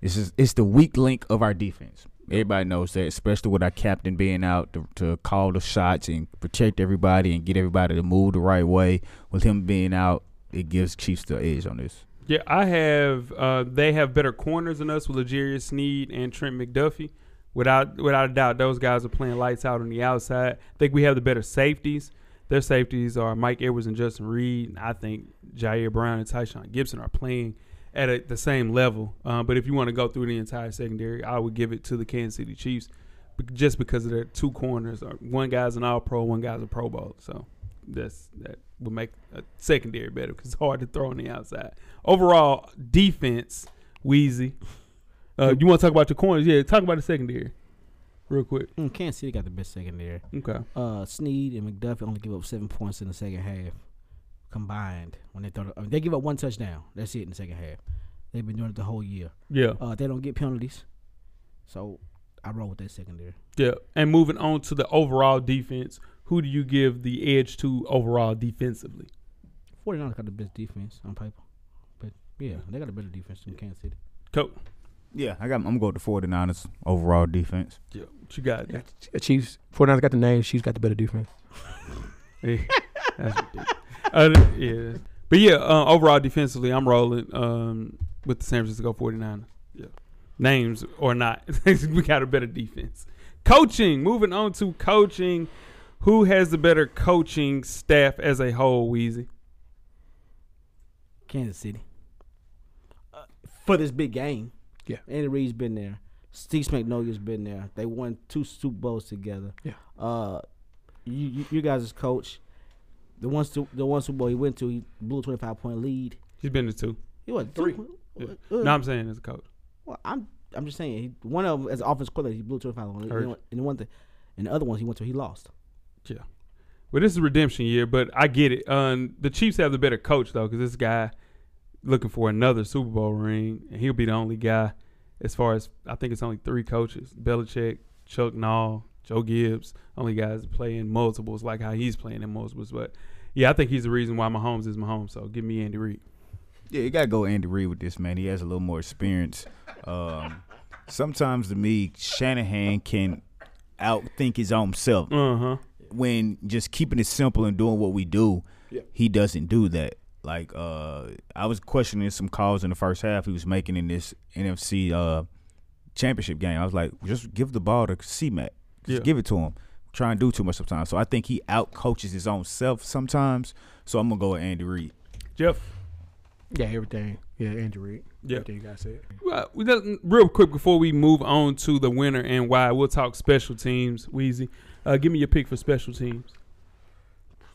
Speaker 7: It's just, it's the weak link of our defense. Everybody knows that, especially with our captain being out to, to call the shots and protect everybody and get everybody to move the right way. With him being out, it gives Chiefs the edge on this.
Speaker 4: Yeah, I have. Uh, they have better corners than us with Legarius Sneed and Trent McDuffie. Without without a doubt, those guys are playing lights out on the outside. I think we have the better safeties. Their safeties are Mike Edwards and Justin Reed. And I think Jair Brown and Tyshawn Gibson are playing at a, the same level. Uh, but if you want to go through the entire secondary, I would give it to the Kansas City Chiefs be- just because of their two corners. Uh, One guy's an All Pro, one guy's a Pro Bowl. So that's that would make a secondary better because it's hard to throw on the outside. Overall defense, Wheezy. Uh, you want to talk about your corners? Yeah, talk about the secondary, real quick.
Speaker 6: Mm, Kansas City got the best secondary.
Speaker 4: Okay.
Speaker 6: Uh, Sneed and McDuffie only give up seven points in the second half combined. When they throw, the, I mean, they give up one touchdown. That's it in the second half. They've been doing it the whole year.
Speaker 4: Yeah,
Speaker 6: Uh, they don't get penalties, so I roll with that secondary.
Speaker 4: yeah. And moving on to the overall defense, who do you give the edge to overall defensively?
Speaker 6: 49ers got the best defense on paper, but yeah, they got a better defense than Kansas City.
Speaker 4: Coach.
Speaker 7: Yeah, I got. I'm going to the 49ers overall defense.
Speaker 4: Yeah, what you got?
Speaker 5: yeah. Ch- Chiefs. 49ers got the name. Chiefs got the better defense.
Speaker 4: Hey, that's ridiculous. Uh, yeah. But yeah, uh, overall defensively, I'm rolling um, with the San Francisco 49ers. Yeah. Names or not, we got a better defense. Coaching, moving on to coaching. Who has the better coaching staff as a whole, Wheezy?
Speaker 6: Kansas City uh, for this big game.
Speaker 5: Yeah.
Speaker 6: Andy Reid's been there. Steve McNoya's been there. They won two Super Bowls together.
Speaker 5: Yeah.
Speaker 6: Uh, you, you, you guys' coach, the one Su- the one Super Bowl he went to, he blew a twenty five point lead.
Speaker 4: He's been to two.
Speaker 6: He was
Speaker 5: Three.
Speaker 4: Yeah.
Speaker 6: Uh,
Speaker 4: No, I'm saying as a coach.
Speaker 6: well, I'm I'm just saying he, one of them as offense coordinator he blew twenty five point lead,
Speaker 4: Heard
Speaker 6: and
Speaker 4: you.
Speaker 6: the- and the one thing, and the other ones he went to he lost.
Speaker 4: Yeah. Well, this is redemption year, but I get it. Um, the Chiefs have the better coach though, because this guy looking for another Super Bowl ring, and he'll be the only guy. As far as I think, it's only three coaches: Belichick, Chuck Noll, Joe Gibbs. Only guys playing multiples, like how he's playing in multiples. But yeah, I think he's the reason why Mahomes is Mahomes. So give me Andy Reid.
Speaker 7: Yeah, you gotta go Andy Reid with this man. He has a little more experience. Um, sometimes to me, Shanahan can outthink his own self.
Speaker 4: Uh huh.
Speaker 7: When just keeping it simple and doing what we do, he doesn't do that. Like uh, I was questioning some calls in the first half he was making in this NFC uh, championship game. I was like, just give the ball to C-Mac. Just
Speaker 4: Yeah.
Speaker 7: give it to him. Try and do too much sometimes. So I think he out coaches his own self sometimes. So I'm gonna go with Andy Reid.
Speaker 4: Jeff.
Speaker 5: Yeah, everything. Yeah, Andrew Reid.
Speaker 4: Yeah.
Speaker 5: Everything you guys said.
Speaker 4: Well, we doesn't- real quick before we move on to the winner and why, we'll talk special teams. Wheezy, uh, give me your pick for special teams.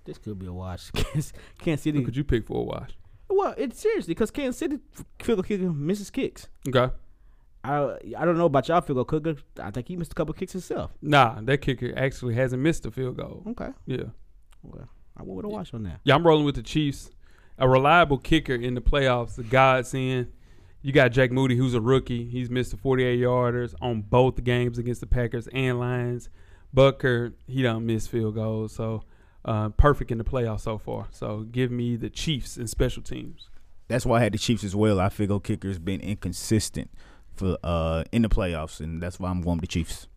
Speaker 6: This could be a wash. Kansas- Kansas City.
Speaker 4: Who could you pick for a watch?
Speaker 6: Well, it's seriously because Kansas City f- field goal kicker misses kicks.
Speaker 4: Okay.
Speaker 6: I I don't know about y'all field goal kicker. I think he missed a couple kicks himself.
Speaker 4: Nah, that kicker actually hasn't missed a field goal.
Speaker 6: Okay.
Speaker 4: Yeah.
Speaker 6: Well, I went with a wash on that.
Speaker 4: Yeah, I'm rolling with the Chiefs. A reliable kicker in the playoffs, the godsend. You got Jake Moody, who's a rookie. He's missed the 48 yarders on both games against the Packers and Lions. Bucker, he done missed field goals, so uh, perfect in the playoffs so far. So give me the Chiefs in special teams.
Speaker 7: That's why I had the Chiefs as well. I figure kicker's been inconsistent for uh in the playoffs, and that's why I'm going with the Chiefs.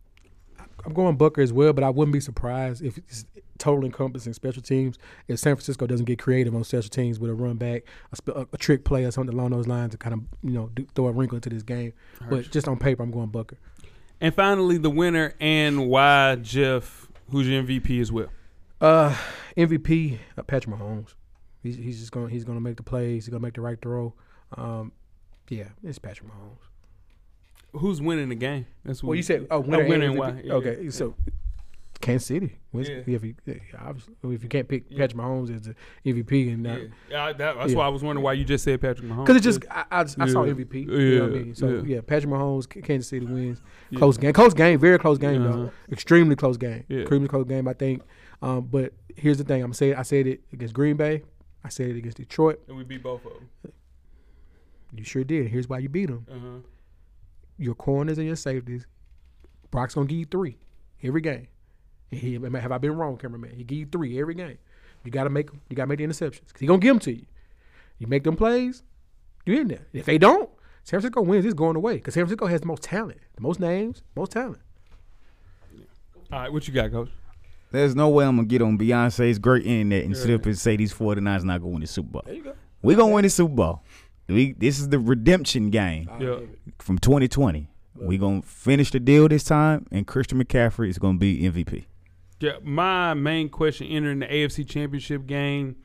Speaker 5: I'm going Bucker as well, but I wouldn't be surprised if it's total encompassing special teams. If San Francisco doesn't get creative on special teams with a run back, a, sp- a, a trick play, or something along those lines to kind of you know do, throw a wrinkle into this game. But just on paper, I'm going Bucker.
Speaker 4: And finally, the winner and why, Jeff, who's your MVP as well.
Speaker 5: Uh, MVP uh, Patrick Mahomes. He's, he's just going. to He's going to make the plays. He's going to make the right throw. Um, yeah, it's Patrick Mahomes.
Speaker 4: Who's winning the game? That's what
Speaker 5: Well,
Speaker 4: we-
Speaker 5: you said oh,
Speaker 4: Uh,
Speaker 5: winner,
Speaker 4: winner and
Speaker 5: and MVP.
Speaker 4: why, yeah.
Speaker 5: Okay, so Kansas City. Wins-
Speaker 4: Yeah.
Speaker 5: If you, yeah, obviously, if you can't pick Patrick Mahomes as the MVP and uh, not,
Speaker 4: Yeah, Yeah, I- that- that's
Speaker 5: Yeah.
Speaker 4: why I was wondering why you just said Patrick Mahomes.
Speaker 5: Because it just I, I, just- I saw
Speaker 4: Yeah.
Speaker 5: MVP. You know what I
Speaker 4: Yeah.
Speaker 5: mean? So
Speaker 4: Yeah.
Speaker 5: yeah, Patrick Mahomes, K- Kansas City wins.
Speaker 4: Yeah.
Speaker 5: Close game, close game, very close game
Speaker 4: Uh-huh.
Speaker 5: though. Extremely close game.
Speaker 4: Yeah.
Speaker 5: Extremely close game, I think. Um, but here's the thing: I'm saying I said it against Green Bay. I said it against Detroit.
Speaker 4: and we beat both of them.
Speaker 5: You sure did. Here's why you beat them:
Speaker 4: Uh-huh.
Speaker 5: your corners and your safeties. Brock's gonna give you three every game. And He, have I been wrong, cameraman? He give you three every game. You gotta make you gotta make the interceptions. 'Cause He gonna give them to you. You make them plays, you in there. If they don't, San Francisco wins. It's going away because San Francisco has the most talent, the most names, most talent.
Speaker 4: All right, what you got, Coach?
Speaker 7: There's no way I'm gonna get on Beyonce's great internet and sit up and say these 49ers not gonna win the Super Bowl. There you go. We're gonna win the Super Bowl. We, this is the redemption game
Speaker 4: Yeah.
Speaker 7: from 2020. We're gonna finish the deal this time, and Christian McCaffrey is gonna be MVP.
Speaker 4: yeah, my main question entering the AFC Championship game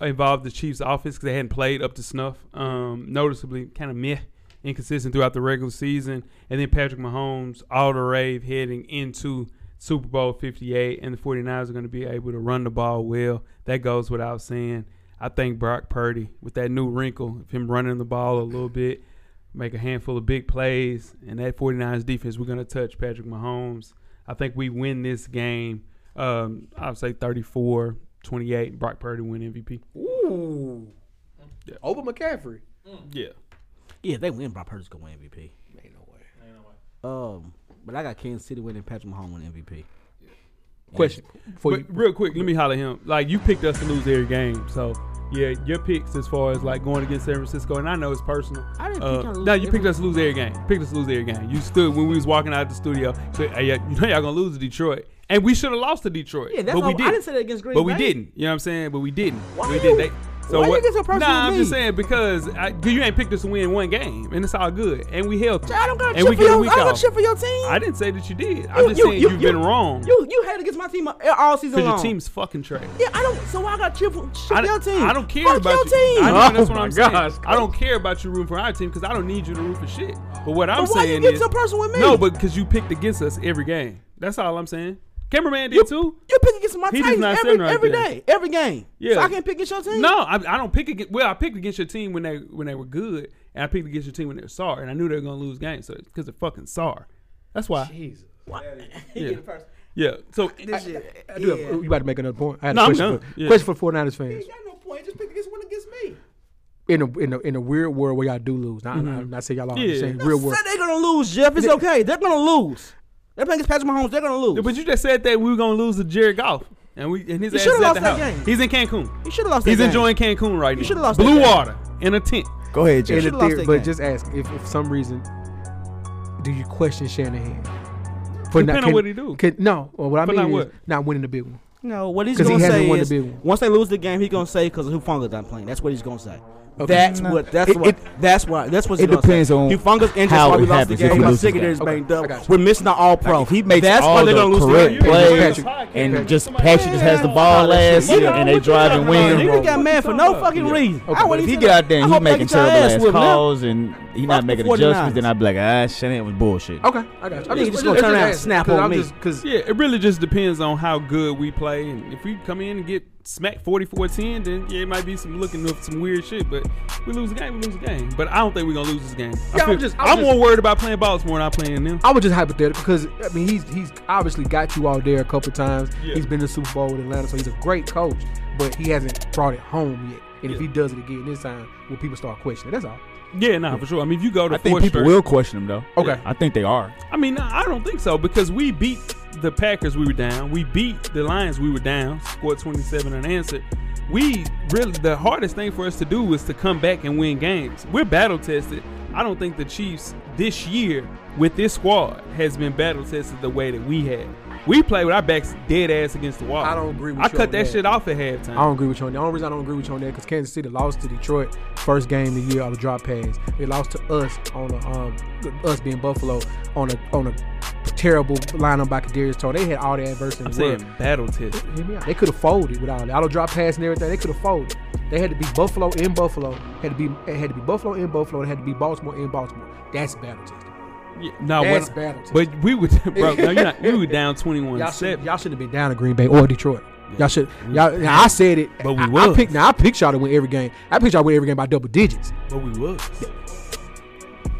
Speaker 4: involved the Chiefs' offense because they hadn't played up to snuff. Um, noticeably, kind of meh, inconsistent throughout the regular season, and then Patrick Mahomes, all the rave heading into Super Bowl 58, and the 49ers are going to be able to run the ball well. That goes without saying. I think Brock Purdy, with that new wrinkle of him running the ball a little bit, make a handful of big plays, and that 49ers defense, we're going to touch Patrick Mahomes. I think we win this game. Um, I would say 34 28. Brock Purdy win MVP.
Speaker 5: Ooh, over McCaffrey.
Speaker 4: Yeah.
Speaker 6: Yeah, they win. Brock Purdy's gonna win MVP. Ain't no way. Um, but I got Kansas City winning. Patrick Mahomes winning MVP.
Speaker 5: Question for you.
Speaker 4: But real quick, let me holler at him. Like, you picked us to lose every game. So, yeah, your picks as far as like going against San Francisco, and I know it's personal.
Speaker 6: I didn't
Speaker 4: Uh,
Speaker 6: pick y'all to
Speaker 4: no,
Speaker 6: lose
Speaker 4: you picked
Speaker 6: every-
Speaker 4: us to lose every game. Picked us to lose every game. You stood when we was walking out the studio. So, hey, yeah, you know y'all gonna lose to Detroit, and we should have lost to Detroit.
Speaker 6: Yeah, that's
Speaker 4: but we
Speaker 6: all- I
Speaker 4: did.
Speaker 6: didn't say that against Green
Speaker 4: but we
Speaker 6: Bay.
Speaker 4: didn't. You know what I'm saying? But we didn't.
Speaker 6: Why
Speaker 4: we
Speaker 6: you-
Speaker 4: did. They, so
Speaker 6: why you
Speaker 4: what?
Speaker 6: get so personal
Speaker 4: nah,
Speaker 6: with
Speaker 4: I'm just
Speaker 6: me?
Speaker 4: saying because I, 'cause you ain't picked us to win one game, and it's all good, and we healthy.
Speaker 6: I don't got
Speaker 4: and
Speaker 6: shit
Speaker 4: we
Speaker 6: for
Speaker 4: get a
Speaker 6: your.
Speaker 4: week
Speaker 6: I don't got
Speaker 4: off.
Speaker 6: shit for your team.
Speaker 4: I didn't say that you did. I'm just saying have been wrong
Speaker 6: You you had against my team all season
Speaker 4: because
Speaker 6: long.
Speaker 4: your team's fucking trash.
Speaker 6: Yeah, I don't. So why I got cheer for shit
Speaker 4: I,
Speaker 6: for your team?
Speaker 4: I don't care
Speaker 6: Fuck
Speaker 4: about
Speaker 6: your
Speaker 4: you.
Speaker 6: team.
Speaker 4: I know that's
Speaker 5: Oh
Speaker 4: what
Speaker 5: my
Speaker 4: I'm saying.
Speaker 5: gosh,
Speaker 4: I don't care about you rooting for our team because I don't need you to root for shit. But what I'm
Speaker 6: But why you
Speaker 4: saying
Speaker 6: get
Speaker 4: is,
Speaker 6: so personal with me?
Speaker 4: no, but because you picked against us every game. That's all I'm saying. Cameraman did
Speaker 6: you
Speaker 4: too.
Speaker 6: You pick against my
Speaker 4: He does
Speaker 6: Titans
Speaker 4: not
Speaker 6: every,
Speaker 4: stand right
Speaker 6: every
Speaker 4: there.
Speaker 6: day, every game.
Speaker 4: Yeah.
Speaker 6: So I can't pick against your team.
Speaker 4: No, I, I don't pick against. Well, I picked against your team when they when they were good, and I picked against your team when they were sorry, and I knew they were gonna lose games. So because they're fucking sorry. That's why.
Speaker 6: What? He
Speaker 4: Yeah.
Speaker 6: get it first.
Speaker 4: Yeah. So
Speaker 6: This year,
Speaker 5: I do have- you about to make another point? I had
Speaker 4: No,
Speaker 5: a
Speaker 4: I'm
Speaker 5: question,
Speaker 4: done.
Speaker 5: For,
Speaker 4: Yeah.
Speaker 5: question for 49ers fans.
Speaker 8: ain't got no point. Just pick against one against me.
Speaker 5: In a, in a in a weird world where y'all do lose. Now, I'm not saying y'all lost.
Speaker 4: Mm-hmm. Yeah.
Speaker 5: I'm saying real world.
Speaker 6: Said they're gonna lose, Jeff. It's okay. They're gonna lose. They're playing against Patrick Mahomes. They're gonna lose.
Speaker 4: But you just said that we were gonna lose to Jared Goff, and we and his
Speaker 6: You
Speaker 4: ass is
Speaker 6: should've
Speaker 4: at
Speaker 6: lost
Speaker 4: the
Speaker 6: that
Speaker 4: house.
Speaker 6: game.
Speaker 4: He's in Cancun.
Speaker 6: You should have lost.
Speaker 4: He's
Speaker 6: that game.
Speaker 4: enjoying Cancun right now.
Speaker 6: should've lost that
Speaker 4: Blue
Speaker 6: game.
Speaker 4: water in a tent.
Speaker 7: Go ahead,
Speaker 5: In
Speaker 7: Jeff.
Speaker 5: the
Speaker 6: should've lost
Speaker 5: theory,
Speaker 6: that
Speaker 5: but
Speaker 6: game.
Speaker 5: just ask if, if some reason do you question Shanahan for
Speaker 4: Depend on
Speaker 5: can-
Speaker 4: what he do.
Speaker 5: can- no, well, what I
Speaker 4: For
Speaker 5: mean
Speaker 4: not
Speaker 5: is
Speaker 4: what?
Speaker 5: not winning the big one.
Speaker 6: No, what he's
Speaker 5: 'Cause he
Speaker 6: gonna
Speaker 5: hasn't
Speaker 6: say
Speaker 5: won the
Speaker 6: is
Speaker 5: big one.
Speaker 6: once they lose the game, he's gonna say because Hufunga's not playing. That's what he's gonna say.
Speaker 5: Okay.
Speaker 6: That's
Speaker 7: No.
Speaker 6: what. That's
Speaker 7: It-
Speaker 6: what.
Speaker 7: it-
Speaker 6: that's why. That's what.
Speaker 7: it depends on
Speaker 6: Hufunga's injured.
Speaker 7: how
Speaker 6: That's why we
Speaker 7: it
Speaker 6: lost
Speaker 7: happens
Speaker 6: the
Speaker 7: if
Speaker 6: game.
Speaker 7: we
Speaker 6: My
Speaker 7: lose the
Speaker 6: secondary is
Speaker 7: game.
Speaker 6: banged
Speaker 5: I
Speaker 6: up.
Speaker 5: got you.
Speaker 6: We're missing the All Pro.
Speaker 7: Like, he makes
Speaker 6: that's
Speaker 7: all
Speaker 6: why they're
Speaker 7: the
Speaker 6: gonna lose
Speaker 7: correct
Speaker 6: the game.
Speaker 7: plays,
Speaker 5: Patrick.
Speaker 7: and just Patrick just has the ball last year, and they drive and win.
Speaker 6: Nigga got mad for no fucking reason.
Speaker 5: Okay,
Speaker 6: I
Speaker 5: but
Speaker 6: wouldn't
Speaker 7: If he
Speaker 6: even-
Speaker 7: get out there and
Speaker 6: I
Speaker 7: he
Speaker 6: hope they
Speaker 7: making
Speaker 6: get your
Speaker 7: terrible
Speaker 6: ass
Speaker 7: ass
Speaker 6: whipped, man.
Speaker 7: calls and he
Speaker 6: Fuck
Speaker 7: not
Speaker 6: the
Speaker 7: making
Speaker 6: 49ers.
Speaker 7: adjustments, then I'd be like, ah, Shanahan was bullshit.
Speaker 5: Okay, I got you.
Speaker 6: Nigga, just gonna turn around and snap on me.
Speaker 5: Because
Speaker 4: Yeah, it really just depends on how good we play. And if we come in and get smacked 44-10, then yeah, it might be some looking up some weird shit. But we lose the game, we lose the game. But I don't think we're gonna lose this game. I
Speaker 5: Yeah, I'm just- I'm just-
Speaker 4: more worried about playing Baltimore than I playing them.
Speaker 5: I was just hypothetical because I mean he's he's obviously got you out there a couple times.
Speaker 4: Yeah.
Speaker 5: He's been to Super Bowl with Atlanta, so he's a great coach, but he hasn't brought it home yet. And if he does it again this time, will people start questioning? That's all.
Speaker 4: Yeah, nah, for sure. I mean, if you go to
Speaker 7: I think
Speaker 4: four
Speaker 7: people
Speaker 4: straight-
Speaker 7: will question him though.
Speaker 5: Okay.
Speaker 7: I think they are.
Speaker 4: I mean, nah, I don't think so because we beat the Packers. We were down. We beat the Lions. We were down. Scored twenty-seven unanswered. We really the hardest thing for us to do was to come back and win games. We're battle tested. I don't think the Chiefs this year with this squad has been battle tested the way that we had. We played with our backs dead ass against the wall.
Speaker 5: I don't agree with
Speaker 4: I
Speaker 5: you
Speaker 4: cut
Speaker 5: on
Speaker 4: that
Speaker 5: that.
Speaker 4: shit off at halftime.
Speaker 5: I don't agree with you on that. The only reason I don't agree with you on that because Kansas City lost to Detroit first game of the year on a drop pass. They lost to us on a um, us being Buffalo on a on a terrible lineup by Kadarius Tony. They had all the adversity.
Speaker 4: I'm
Speaker 5: in the world.
Speaker 4: saying battle tested.
Speaker 5: Hear me out. They could have folded with all the auto drop pass and everything. They could have folded. They had to be Buffalo in Buffalo. Had to be it had to be Buffalo in Buffalo. It had to be Baltimore in Baltimore. That's battle testing.
Speaker 4: Yeah, no,
Speaker 5: That's
Speaker 4: what-
Speaker 5: battle tested.
Speaker 4: but we were, bro. No, you're not. We were down twenty-one
Speaker 5: Y'all should
Speaker 4: seven.
Speaker 5: y'all should have been down to Green Bay or Detroit. Y'all should y'all. Now I said it,
Speaker 4: But we
Speaker 5: I- I,
Speaker 4: was.
Speaker 5: picked now I picked y'all to win every game. I picked y'all to win every game by double digits.
Speaker 4: But we was.
Speaker 5: Kansas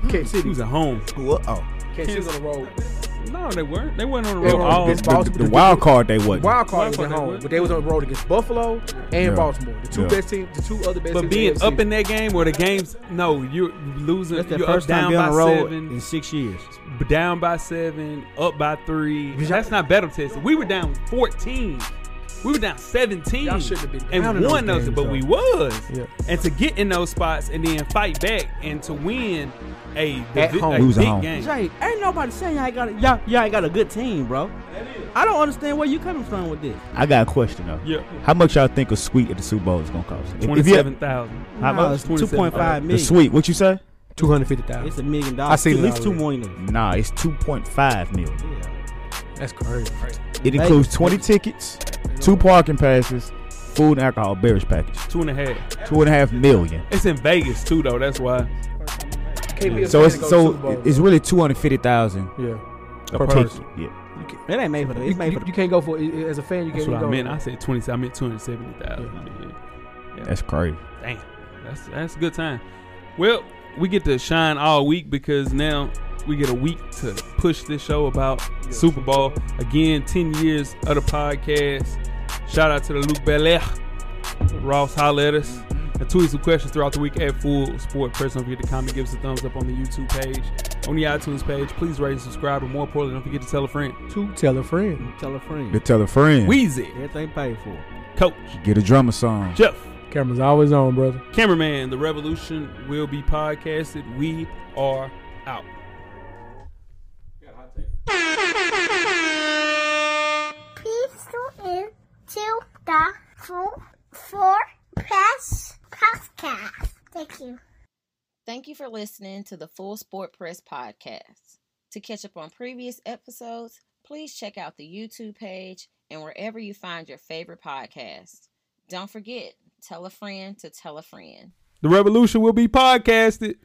Speaker 4: He
Speaker 5: City,
Speaker 4: Mm-hmm. was at home.
Speaker 7: Oh,
Speaker 5: Kansas City's on the road.
Speaker 4: No, they weren't. They weren't on the
Speaker 5: They
Speaker 4: road
Speaker 5: were on
Speaker 4: all
Speaker 5: this
Speaker 4: the-
Speaker 5: Baltimore-
Speaker 7: the, the wild card they wasn't.
Speaker 5: Wild card was
Speaker 4: Wild
Speaker 5: at
Speaker 4: card,
Speaker 5: home,
Speaker 4: they
Speaker 5: but they was on the road against Buffalo and
Speaker 7: Yeah.
Speaker 5: Baltimore, the two
Speaker 7: Yeah.
Speaker 5: best teams, the two other best.
Speaker 4: But
Speaker 5: teams
Speaker 4: being
Speaker 5: the
Speaker 4: up
Speaker 5: AFC.
Speaker 4: in that game or the games, no, you're losing.
Speaker 6: That's
Speaker 4: you're
Speaker 6: the first
Speaker 4: up, down
Speaker 6: time being
Speaker 4: by
Speaker 6: on the road in
Speaker 4: seven,
Speaker 6: six years.
Speaker 4: down by seven, up by three. That's not battle tested. We were down fourteen. We were down 17
Speaker 5: Y'all shouldn't have been down in
Speaker 4: and
Speaker 5: those
Speaker 4: won those,
Speaker 5: games,
Speaker 4: but
Speaker 5: though.
Speaker 4: we was.
Speaker 5: Yeah.
Speaker 4: And to get in those spots and then fight back and to win a,
Speaker 5: At
Speaker 4: divi-
Speaker 5: home.
Speaker 4: a
Speaker 7: Lose at
Speaker 4: big
Speaker 7: home.
Speaker 4: game.
Speaker 6: Jay, ain't nobody saying y'all got a, y'all, y'all ain't got a good team, bro. I don't understand where you coming from with this.
Speaker 7: I got a question though.
Speaker 4: Yeah.
Speaker 7: How much y'all think a suite at the Super Bowl is gonna cost? If- if you-
Speaker 4: Twenty-seven thousand.
Speaker 7: How
Speaker 6: Nah,
Speaker 7: much?
Speaker 6: it's two point five
Speaker 7: The
Speaker 6: million.
Speaker 7: suite, what you say?
Speaker 5: two hundred fifty thousand.
Speaker 6: It's a million dollars.
Speaker 5: seen
Speaker 6: at
Speaker 5: it
Speaker 6: least two
Speaker 5: already.
Speaker 6: million. dollars.
Speaker 7: Nah, it's two point five million.
Speaker 5: That's crazy.
Speaker 7: It includes twenty tickets, two parking passes, food and alcohol beverage package.
Speaker 4: Two and a half.
Speaker 7: Two and a half million.
Speaker 4: It's in Vegas too, though. That's why.
Speaker 5: Can't be a
Speaker 7: So
Speaker 5: fan
Speaker 7: it's
Speaker 5: to go to Super
Speaker 7: so
Speaker 5: Bowl.
Speaker 7: it's really two hundred fifty thousand
Speaker 5: yeah.
Speaker 7: a
Speaker 5: Per
Speaker 7: ticket.
Speaker 5: person.
Speaker 7: Yeah.
Speaker 6: It ain't made for that.
Speaker 5: You,
Speaker 6: It's made
Speaker 5: you-
Speaker 6: for the
Speaker 5: you can't go for it as a fan. You
Speaker 4: That's
Speaker 5: can't
Speaker 4: what
Speaker 5: even
Speaker 4: I
Speaker 5: go.
Speaker 4: meant. I said twenty. I meant two hundred seventy thousand.
Speaker 7: That's crazy.
Speaker 4: Damn, that's that's a good time. Well, we get to shine all week because now we get a week to push this show about Super Bowl again. Ten years of the podcast. Shout out to the Luke Belair, Ross holler at us. And tweet some questions throughout the week at Full Sport Press. Don't forget to comment, give us a thumbs up on the YouTube page, on the iTunes page. Please rate and subscribe, and more importantly, don't forget to tell a friend.
Speaker 5: to tell a friend.
Speaker 6: tell a friend.
Speaker 7: You tell a friend.
Speaker 4: Weezy,
Speaker 6: Everything paid for.
Speaker 4: Coach
Speaker 7: get a drummer song.
Speaker 4: Jeff.
Speaker 5: Camera's always on, brother.
Speaker 4: Cameraman, the revolution will be podcasted. We are out.
Speaker 1: Peaceful into the full four press podcast. Thank you.
Speaker 3: Thank you for listening to the Full Sport Press podcast. To catch up on previous episodes, please check out the YouTube page and wherever you find your favorite podcast. Don't forget, tell a friend to tell a friend.
Speaker 4: The revolution will be podcasted.